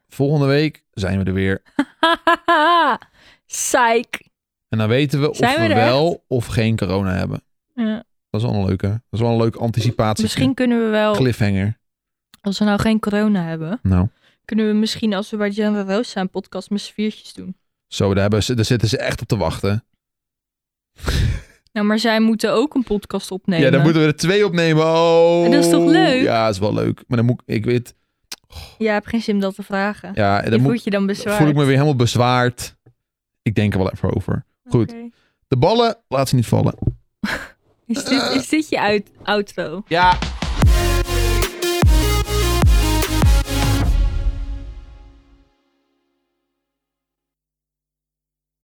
[SPEAKER 1] volgende week zijn we er weer.
[SPEAKER 2] Psych.
[SPEAKER 1] En dan weten we
[SPEAKER 2] Zijn
[SPEAKER 1] of
[SPEAKER 2] we
[SPEAKER 1] we,
[SPEAKER 2] er
[SPEAKER 1] wel of geen corona hebben.
[SPEAKER 2] Ja.
[SPEAKER 1] Dat is wel een leuke. Dat is wel een leuke anticipatie.
[SPEAKER 2] Misschien oh. kunnen we wel,
[SPEAKER 1] cliffhanger.
[SPEAKER 2] als we nou geen corona hebben,
[SPEAKER 1] Nou,
[SPEAKER 2] kunnen we misschien als we bij Jan Roos zijn podcast met z'n viertjes doen.
[SPEAKER 1] zo, daar, hebben ze, daar zitten ze echt op te wachten.
[SPEAKER 2] Nou, maar zij moeten ook een podcast opnemen.
[SPEAKER 1] Ja, dan moeten we er twee opnemen. Oh.
[SPEAKER 2] En dat is toch leuk?
[SPEAKER 1] Ja, dat is wel leuk. Maar dan moet ik, ik weet,
[SPEAKER 2] Jij hebt geen zin om dat te vragen.
[SPEAKER 1] ja,
[SPEAKER 2] je
[SPEAKER 1] dan moet,
[SPEAKER 2] voelt je dan bezwaard.
[SPEAKER 1] voel ik me weer helemaal bezwaard. Ik denk er wel even over. Goed.
[SPEAKER 2] Oké.
[SPEAKER 1] De ballen, laat ze niet vallen.
[SPEAKER 2] Is, dit, is dit je uit, outro?
[SPEAKER 1] Ja.